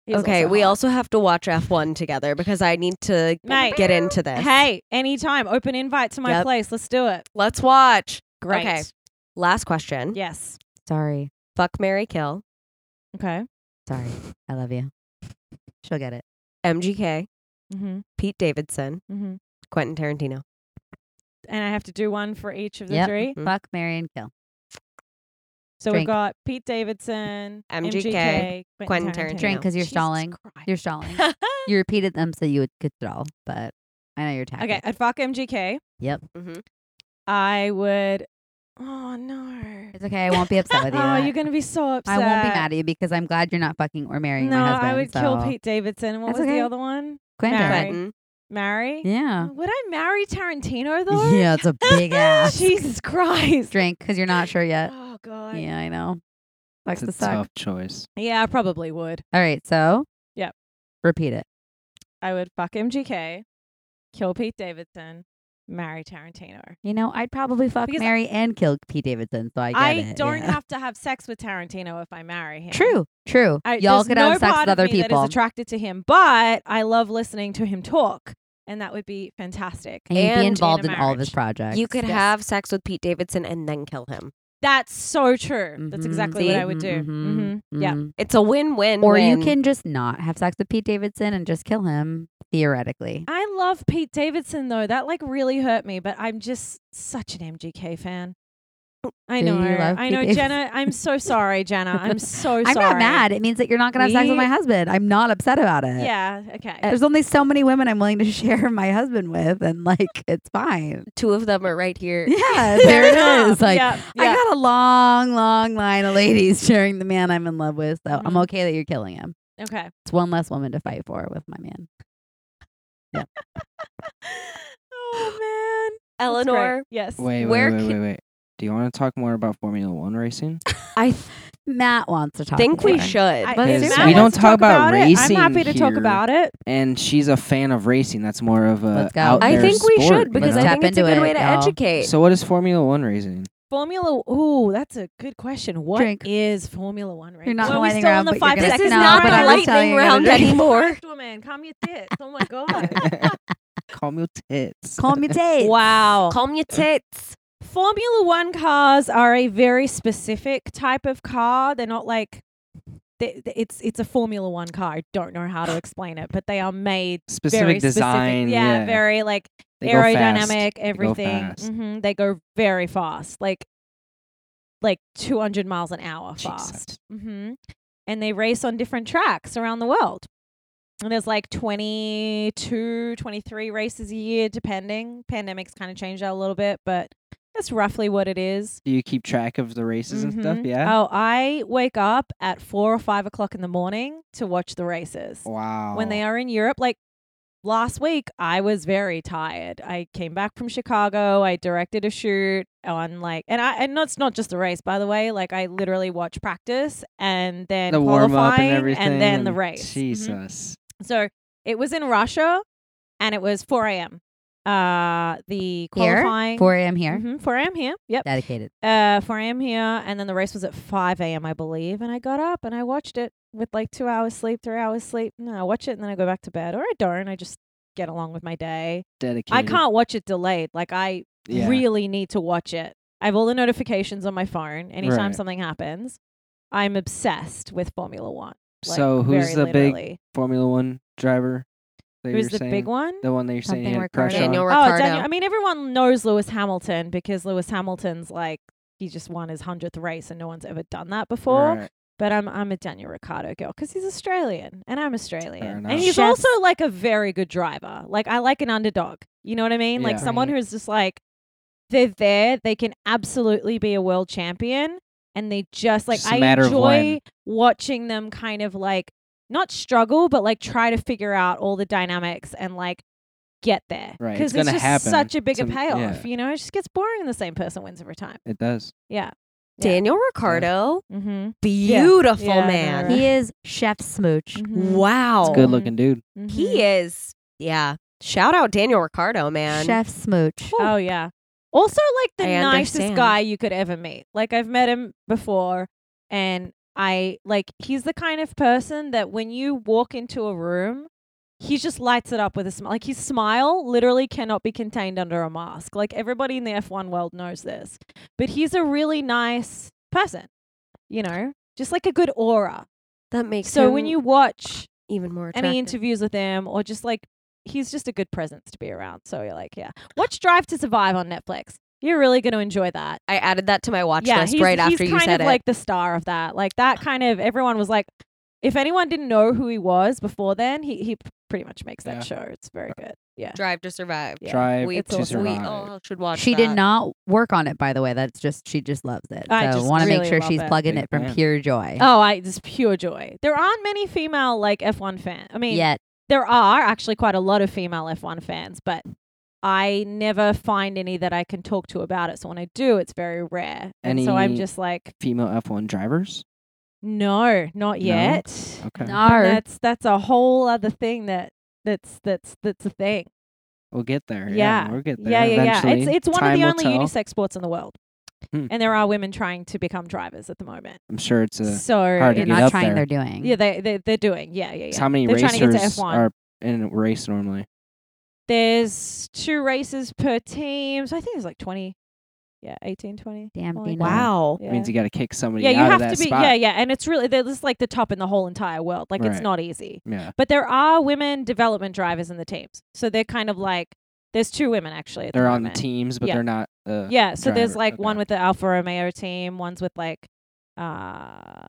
He's
okay. we
hot.
also have to watch F1 together because I need to
Mate.
get into this.
Hey, anytime. Open invite to my
Yep.
place. Let's do it.
Let's watch.
Great.
Okay. Last question.
Yes.
sorry,
Fuck Mary Kill.
Okay.
sorry. I love you. She'll get it.
MGK,
Mm-hmm.
Pete Davidson,
Mm-hmm.
Quentin Tarantino.
And I have to do one for each of the
Yep.
three.
Mm.
Fuck, marry, and kill.
So
Drink.
we've got Pete Davidson,
MGK, Quentin Tarantino.
Drink because you're
Jesus
stalling.
Christ.
You're stalling. you repeated them so you would could draw, but I know you're tactic.
okay, I'd fuck MGK.
Mm-hmm.
I would. Oh no.
It's okay. I won't be upset with you.
Oh, you're gonna be so upset.
I won't be mad at you because I'm glad you're not fucking or marrying
No,
my husband.
I would kill
so-
Pete Davidson. What
That's
was
okay.
the other one?
Quentin.
Mary.
Quentin.
Marry.
Yeah.
Would I marry Tarantino though?
Yeah, it's a big ass.
Jesus Christ.
Drink because you're not sure yet.
Oh god. Yeah.
Yeah, I know. Sucks
It's a
to suck.
tough choice.
I probably would.
All right, so
Yep.
repeat it.
I would fuck MGK, kill Pete Davidson, marry Tarantino.
You know, I'd probably fuck
Because I-
Mary and kill Pete Davidson, so I get
I
it,
don't
yeah.
have to have sex with Tarantino if I marry him.
True, true.
I,
Y'all
there's
could
no
have sex
part
with
of
other
me
people.
That is attracted to him, but I love listening to him talk, and that would be fantastic.
and you'd
and
be
in
involved
a
in all of his
marriage.
projects.
You could
Yes.
have sex with Pete Davidson and then kill him.
That's so true. That's
Mhm.
exactly
See?
what I would
Mhm.
do. hmm Yeah.
Mm.
It's a win-win.
Or you
win.
can just not have sex with Pete Davidson and just kill him theoretically.
I love Pete Davidson though. That like really hurt me, but I'm just such an MGK fan. I
Do
know.
you love
I
Pete
know,
Davidson?
Jenna. I'm so sorry, Jenna. I'm so
I'm
sorry.
not mad. It means that you're not gonna have sex with
We-
my husband. I'm not upset about it.
Yeah. Okay.
There's only so many women I'm willing to share my husband with, and like it's fine.
Two of them are right here.
Yeah, there it is. Like
yeah, yeah.
I got a long, long line of ladies sharing the man I'm in love with, so I'm
Mhm.
okay that you're killing him.
okay.
It's one less woman to fight for with my man.
Oh man. That's great.
Eleanor,
Yes.
Wait, wait,
Where
wait,
can-
wait, wait. Do you want to talk more about Formula One racing?
I th-
Matt wants to talk.
think we
more.
should.
I-
Let's do
if Matt
it.
wants
We
don't
to
talk about
it,
racing
I'm happy to talk
here.
about it.
And she's a fan of racing. That's more of a.
Let's go.
out
I
there
think we
sport,
should because
you
I
know?
Tap
think it's a
into
good
it,
way to
y'all.
educate.
So what is Formula One racing?
Formula. Ooh, that's a good question. What is
Drink.
Formula One racing?
You're not in
Were
the
we
lightning
still
round,
on
but
the five
you're
This
gonna-
second
is
No,
not
but
the
I
round?
was
lightning
telling you, you're gonna
round
drink.
anymore.
Christ, woman, calm your tits. Oh my god.
Call me tits.
Call me Tate.
wow.
Calm your tits.
Formula One cars are a very specific type of car. They're not like they, they- it's it's a Formula One car. I don't know how to explain it, but they are made
specific
very
design.
Specific. Yeah, very like
They go fast.
aerodynamic, everything.
fast.
hmm They go very fast, like like 200 miles an hour
Jesus.
fast. hmm And they race on different tracks around the world. And there's like 22, 23 races a year, depending. Pandemic's kind of changed that a little bit, but that's roughly what it is.
Do you keep track of the races and stuff?
Mhm.
Yeah.
Oh, I wake up at four or five o'clock in the morning to watch the races
wow.
Oh, when they are in Europe. Like last week, I was very tired. I came back from Chicago. I directed a shoot on like, and I and it's not just the race, by the way. Like I literally watch practice and then
the warm up
qualifying
and everything,
then the
and-
race. Mhm.
Jesus.
So it was in Russia, and it was 4 a.m. Uh, the
Here,
qualifying
4 a.m. here.
Mhm, 4 a.m. here. Yep
Dedicated.
uh, 4 a.m. here, and then the race was at 5 a.m. I believe. And I got up and I watched it with like two hours sleep, three hours sleep. No, I watch it and then I go back to bed, or I don't. I just get along with my day.
Dedicated.
I can't watch it delayed. Like I
Yeah.
really need to watch it. I have all the notifications on my phone. Anytime
Right.
something happens, I'm obsessed with Formula One. Like,
so who's
very
the big
literally.
Formula One driver? That
Who's
you're
the
saying?
big one?
The one that you're saying you
Something
had a crush
Ricardo.
on?
Daniel
Oh,
Ricciardo.
Daniel. I mean, everyone knows Lewis Hamilton because Lewis Hamilton's like he just won his hundredth race, and no one's ever done that before.
Right.
But I'm I'm a Daniel Ricciardo girl because he's Australian and I'm Australian,
enough.
and he's
Chefs.
also like a very good driver. Like I like an underdog. You know what I mean? Like
Yeah.
someone
Right.
who's just like they're there. They can absolutely be a world champion, and they just like
Just a
I
matter of
enjoy
when.
watching them kind of like not struggle, but like try to figure out all the dynamics and like get there.
Right,
Because
it's gonna
just
happen
such a bigger
to-
payoff.
yeah.
You know, it just gets boring when the same person wins every time.
It does.
Yeah. Yeah.
Daniel Ricciardo,
Mm-hmm.
beautiful
Yeah, no,
man.
right.
He is Chef Smooch.
Mm-hmm.
Wow.
Oh,
Good looking dude.
He is. Yeah. Shout out Daniel Ricciardo, man.
Chef Smooch.
Oh yeah. Also, like the
I
nicest
understand.
guy you could ever meet. Like I've met him before, and I like he's the kind of person that when you walk into a room, he just lights it up with a smile. Like his smile literally cannot be contained under a mask. Like everybody in the F1 world knows this, but he's a really nice person. You know, just like a good aura.
That makes
So when
him-
you watch
even more attractive.
any interviews with him or just like he's just a good presence to be around. So you're like, yeah. Watch Drive to Survive on Netflix. You're really going to enjoy that.
I added that to my watch
yeah,
list
he's,
right after
he's
you
kind
said
of
it.
like the star of that. Like that kind of everyone was like, if anyone didn't know who he was before then, he he p- pretty much makes that
Yeah.
show. It's very good. Yeah.
Drive to Survive.
Yeah.
Drive
We,
It's
to
awesome.
we
survive.
all should watch.
She did
that.
not work on it, by the way. That's just she just loves it.
I
so
just
want to
really
make sure
love
she's
it.
plugging
Big
it from
fan.
pure joy.
Oh, I just pure joy. There aren't many female like F1 fans. I mean,
Yet
there are actually quite a lot of female F1 fans, but I never find any that I can talk to about it. So when I do, it's very rare. And so I'm
Any-
just like,
Female F1 drivers.
no, not
No?
yet.
Okay.
And
Nar.
that's that's a whole other thing that that's that's that's a thing.
We'll get there.
Yeah.
We'll get there.
Yeah, yeah, yeah.
eventually.
It's it's one
Time
of the
will
only
tell.
unisex sports in the world.
Hmm.
And there are women trying to become drivers at the moment.
I'm sure it's a.
so
hard to
they're
get
not
up
trying,
there.
they're doing.
yeah, they they they're doing. Yeah, yeah,
it's
yeah.
how many
They're trying to get to
racers
F1.
are in a race normally?
There's two races per team. So I think there's like 20. Yeah, 18, 20.
Damn,
something like
Dina.
that.
Wow.
Yeah.
means you got to kick somebody
yeah, you
out
have
of that
to be.
spot.
Yeah, yeah. And it's really, they're just like the top in the whole entire world. Like, it's
Right.
not easy.
yeah.
But there are women development drivers in the teams. So they're kind of like, there's two women actually. At
They're
the
on the
moment.
teams, but
Yeah.
they're not. Uh,
Yeah. So there's
driver.
like one
Okay.
with the Alfa Romeo team, one's with like uh,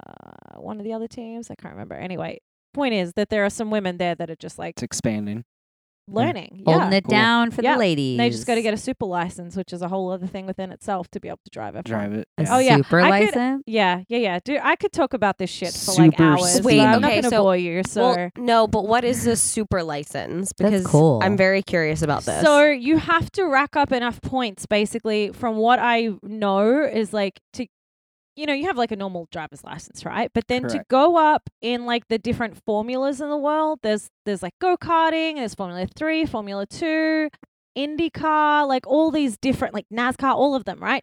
one of the other teams. I can't remember. Anyway, point is that there are some women there that are just like
It's expanding.
learning. Yeah.
holding it
Cool.
down for
Yeah.
the ladies.
They just got to get a super license, which is a whole other thing within itself to be able to drive F1.
Drive it.
a
Oh, yeah.
super
I could-
license.
Yeah, yeah, yeah. Dude, I could talk about this shit for like
Super
hours.
Wait,
but I'm not
okay,
gonna
so-
bore you. So,
Well, no, but what is a super license?
That's
Because
cool.
I'm very curious about this.
so you have to rack up enough points, basically. From what I know, is like to, you know, you have like a normal driver's license, right? But then to
Correct.
go up in like the different formulas in the world, there's there's like go karting, there's Formula Three, Formula Two, IndyCar, like all these different, like NASCAR, all of them, right?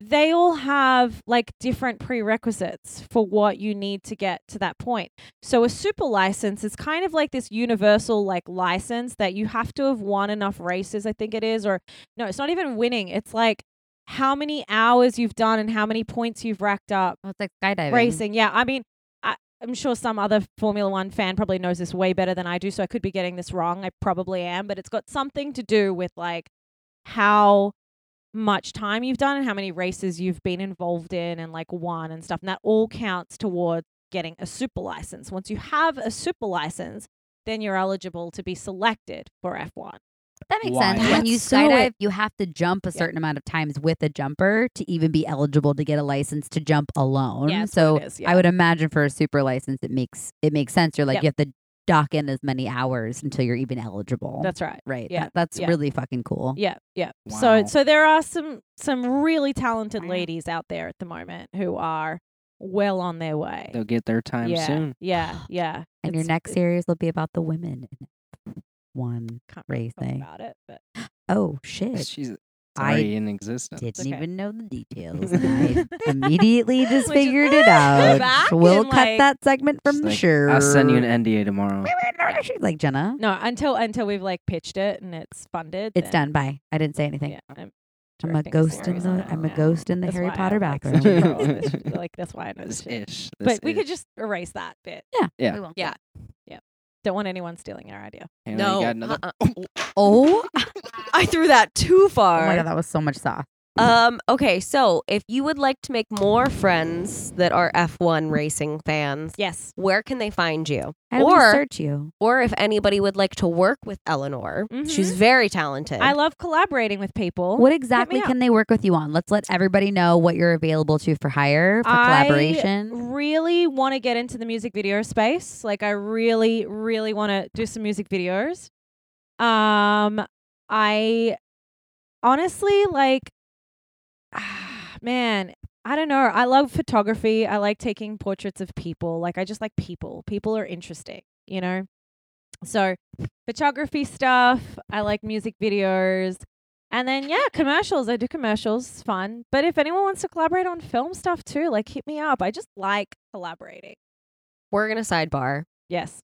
They all have like different prerequisites for what you need to get to that point. So a super license is kind of like this universal like license that you have to have won enough races, I think it is, or no, it's not even winning. It's like how many hours you've done and how many points you've racked up
Oh, it's like skydiving.
racing. Yeah, I mean, I, I'm sure some other Formula One fan probably knows this way better than I do, so I could be getting this wrong. I probably am, but it's got something to do with like how much time you've done and how many races you've been involved in and like won and stuff. And that all counts toward getting a super license. Once you have a super license, then you're eligible to be selected for F1.
That makes
Why?
sense. When you
That's so
skydive,
it-
you have to jump a
Yeah.
certain amount of times with a jumper to even be eligible to get a license to jump alone.
Yeah, that's what
so
it is, yeah.
I would imagine for a super license, it makes it makes sense. You're like
Yep.
you have to dock in as many hours until you're even eligible.
That's right.
right.
yeah,
That- that's
yeah.
really fucking cool.
Yeah, yeah.
Wow.
So so there are some some really talented
Wow.
ladies out there at the moment who are well on their way.
They'll get their time
yeah,
soon.
Yeah, yeah.
And your
It's-
next
it-
series will be about the women in one.
can't really talk
racing.
about it, but
Oh shit.
She's uh,
I
already in existence.
Didn't
okay.
even know the details. and I immediately just figured it out.
back
We'll
and,
cut
like,
that segment from
She's
the
like,
show.
I'll send you an NDA tomorrow.
She's like Jenna.
no, until until we've like pitched it and it's funded.
It's done.
then-
Bye. I didn't say anything.
Yeah, I'm,
I'm a
directing
ghost in
series
the
on it
I'm a
now.
ghost in the
That's
Harry
why I
Potter
have, like,
bathroom.
such a problem with this shit. like that's why I know this
This
shit.
ish.
But
This
we could
ish.
just erase that bit.
Yeah.
We won't.
Yeah.
Don't want anyone stealing our idea.
Hannah, you
no.
got another-
uh-uh.
Oh,
I threw that too
oh my
far.
god, that was so much sauce.
um, okay, so if you would like to make more friends that are F1 racing fans,
Yes.
where can they find you?
I do
Or-
search you.
Or if anybody would like to work with Eleanor, she's very talented.
I love collaborating with people.
What exactly
Oh, up.
can they work with you on? Let's let everybody know what you're available to for hire for
I-
collaboration.
really want to get into the music video space. Like I really, really want to do some music videos. Um, I honestly like, man, I don't know. I love photography. I like taking portraits of people. Like I just like people. People are interesting, you know. So, photography stuff. I like music videos. And then yeah, commercials. I do commercials, it's fun. But if anyone wants to collaborate on film stuff too, like hit me up. I just like collaborating.
We're going to sidebar.
Yes.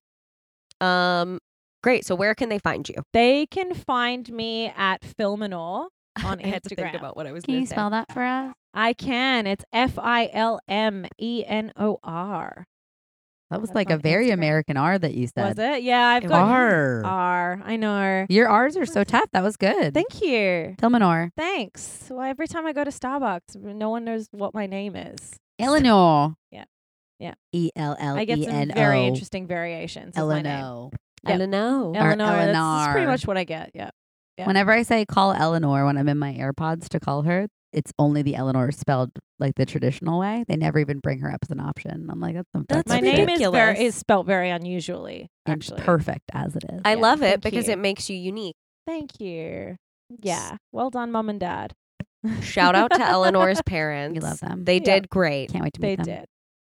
Um, great. So where can they find you?
They can find me at Filminor on
I had to think
Instagram.
about what I was
Can
gonna
you
say.
spell that for us?
I can. It's F I L M E N O R.
That was
That's
like a
on
very
Instagram.
American R that you said.
Was it? Yeah, I've
It
got E
R.
R. I know.
Your R's are so tough. That was good.
Thank you.
Eleanor.
Thanks. Well, every time I go to Starbucks, no one knows what my name is.
Eleanor.
Yeah. Yeah.
E L L
I get
E
some
N
very
O.
interesting variations. of my name.
Eleanor.
I don't know.
Or
Eleanor. That's, that's pretty
Eleanor.
much what I get. Yeah. Yeah.
Whenever I say call Eleanor when I'm in my AirPods to call her, it's only the Eleanor spelled like the traditional way. They never even bring her up as an option. I'm like, that's some
That's
My
fucked up
name
shit.
is
ridiculous.
very, is spelt very unusually.
And it's
Actually,
perfect as it is.
I
Yeah,
love it
thank
because
you.
it makes you unique.
Thank you. Yeah. Well done, mom and dad.
Shout out to Eleanor's parents.
We love them.
They
Yeah.
did great.
Can't wait to
They
meet them.
did.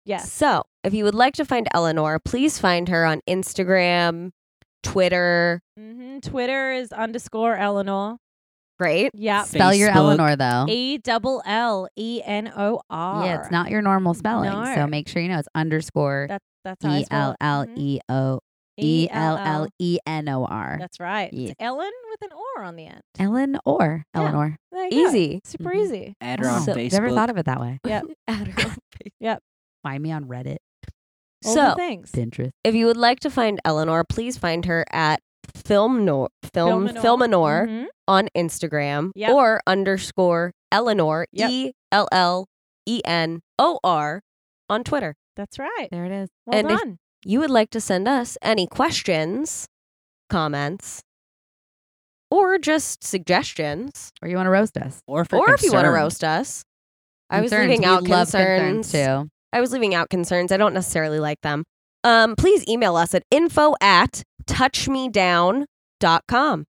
Yes.
So, if you would like to find Eleanor, please find her on Instagram, Twitter.
hmm Twitter is underscore Eleanor.
Great.
Yeah.
Spell your
Facebook.
Eleanor though.
E double L E N O R.
Yeah, it's not your normal spelling.
No.
So make sure you know it's underscore
That's that's how I
E
spell
L L
it. Mhm.
E O E L L
E-L-L.
E N O R.
That's right.
Yeah.
It's Ellen with an or on the end.
Ellen or
Yeah.
Eleanor.
There you go.
Easy.
Super
Mhm.
easy.
Add her on
Wow.
Facebook.
Never thought of it that way.
Add her on Facebook.
Find me on Reddit,
All
So,
the things.
Pinterest.
if you would like to find Eleanor, please find her at film nor film
Filminor.
filminor
Mhm.
on Instagram
Yep.
or underscore Eleanor
Yep.
E L L E N O R on Twitter.
That's right.
There it is.
Well
And if-
done.
You would like to send us any questions, comments, or just suggestions,
Or you want to roast us?
Or, for
or if you want to
concern.
roast us. I was
Concerns.
leaving
We
out
love
concerns.
too.
I was leaving out concerns. I don't necessarily like them. Um, please email us at info at touchmedown.com.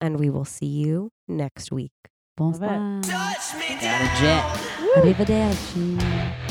And we will see you next week.
Bonsoir.
Love
Got a jet.
Arrivederci.
Oh,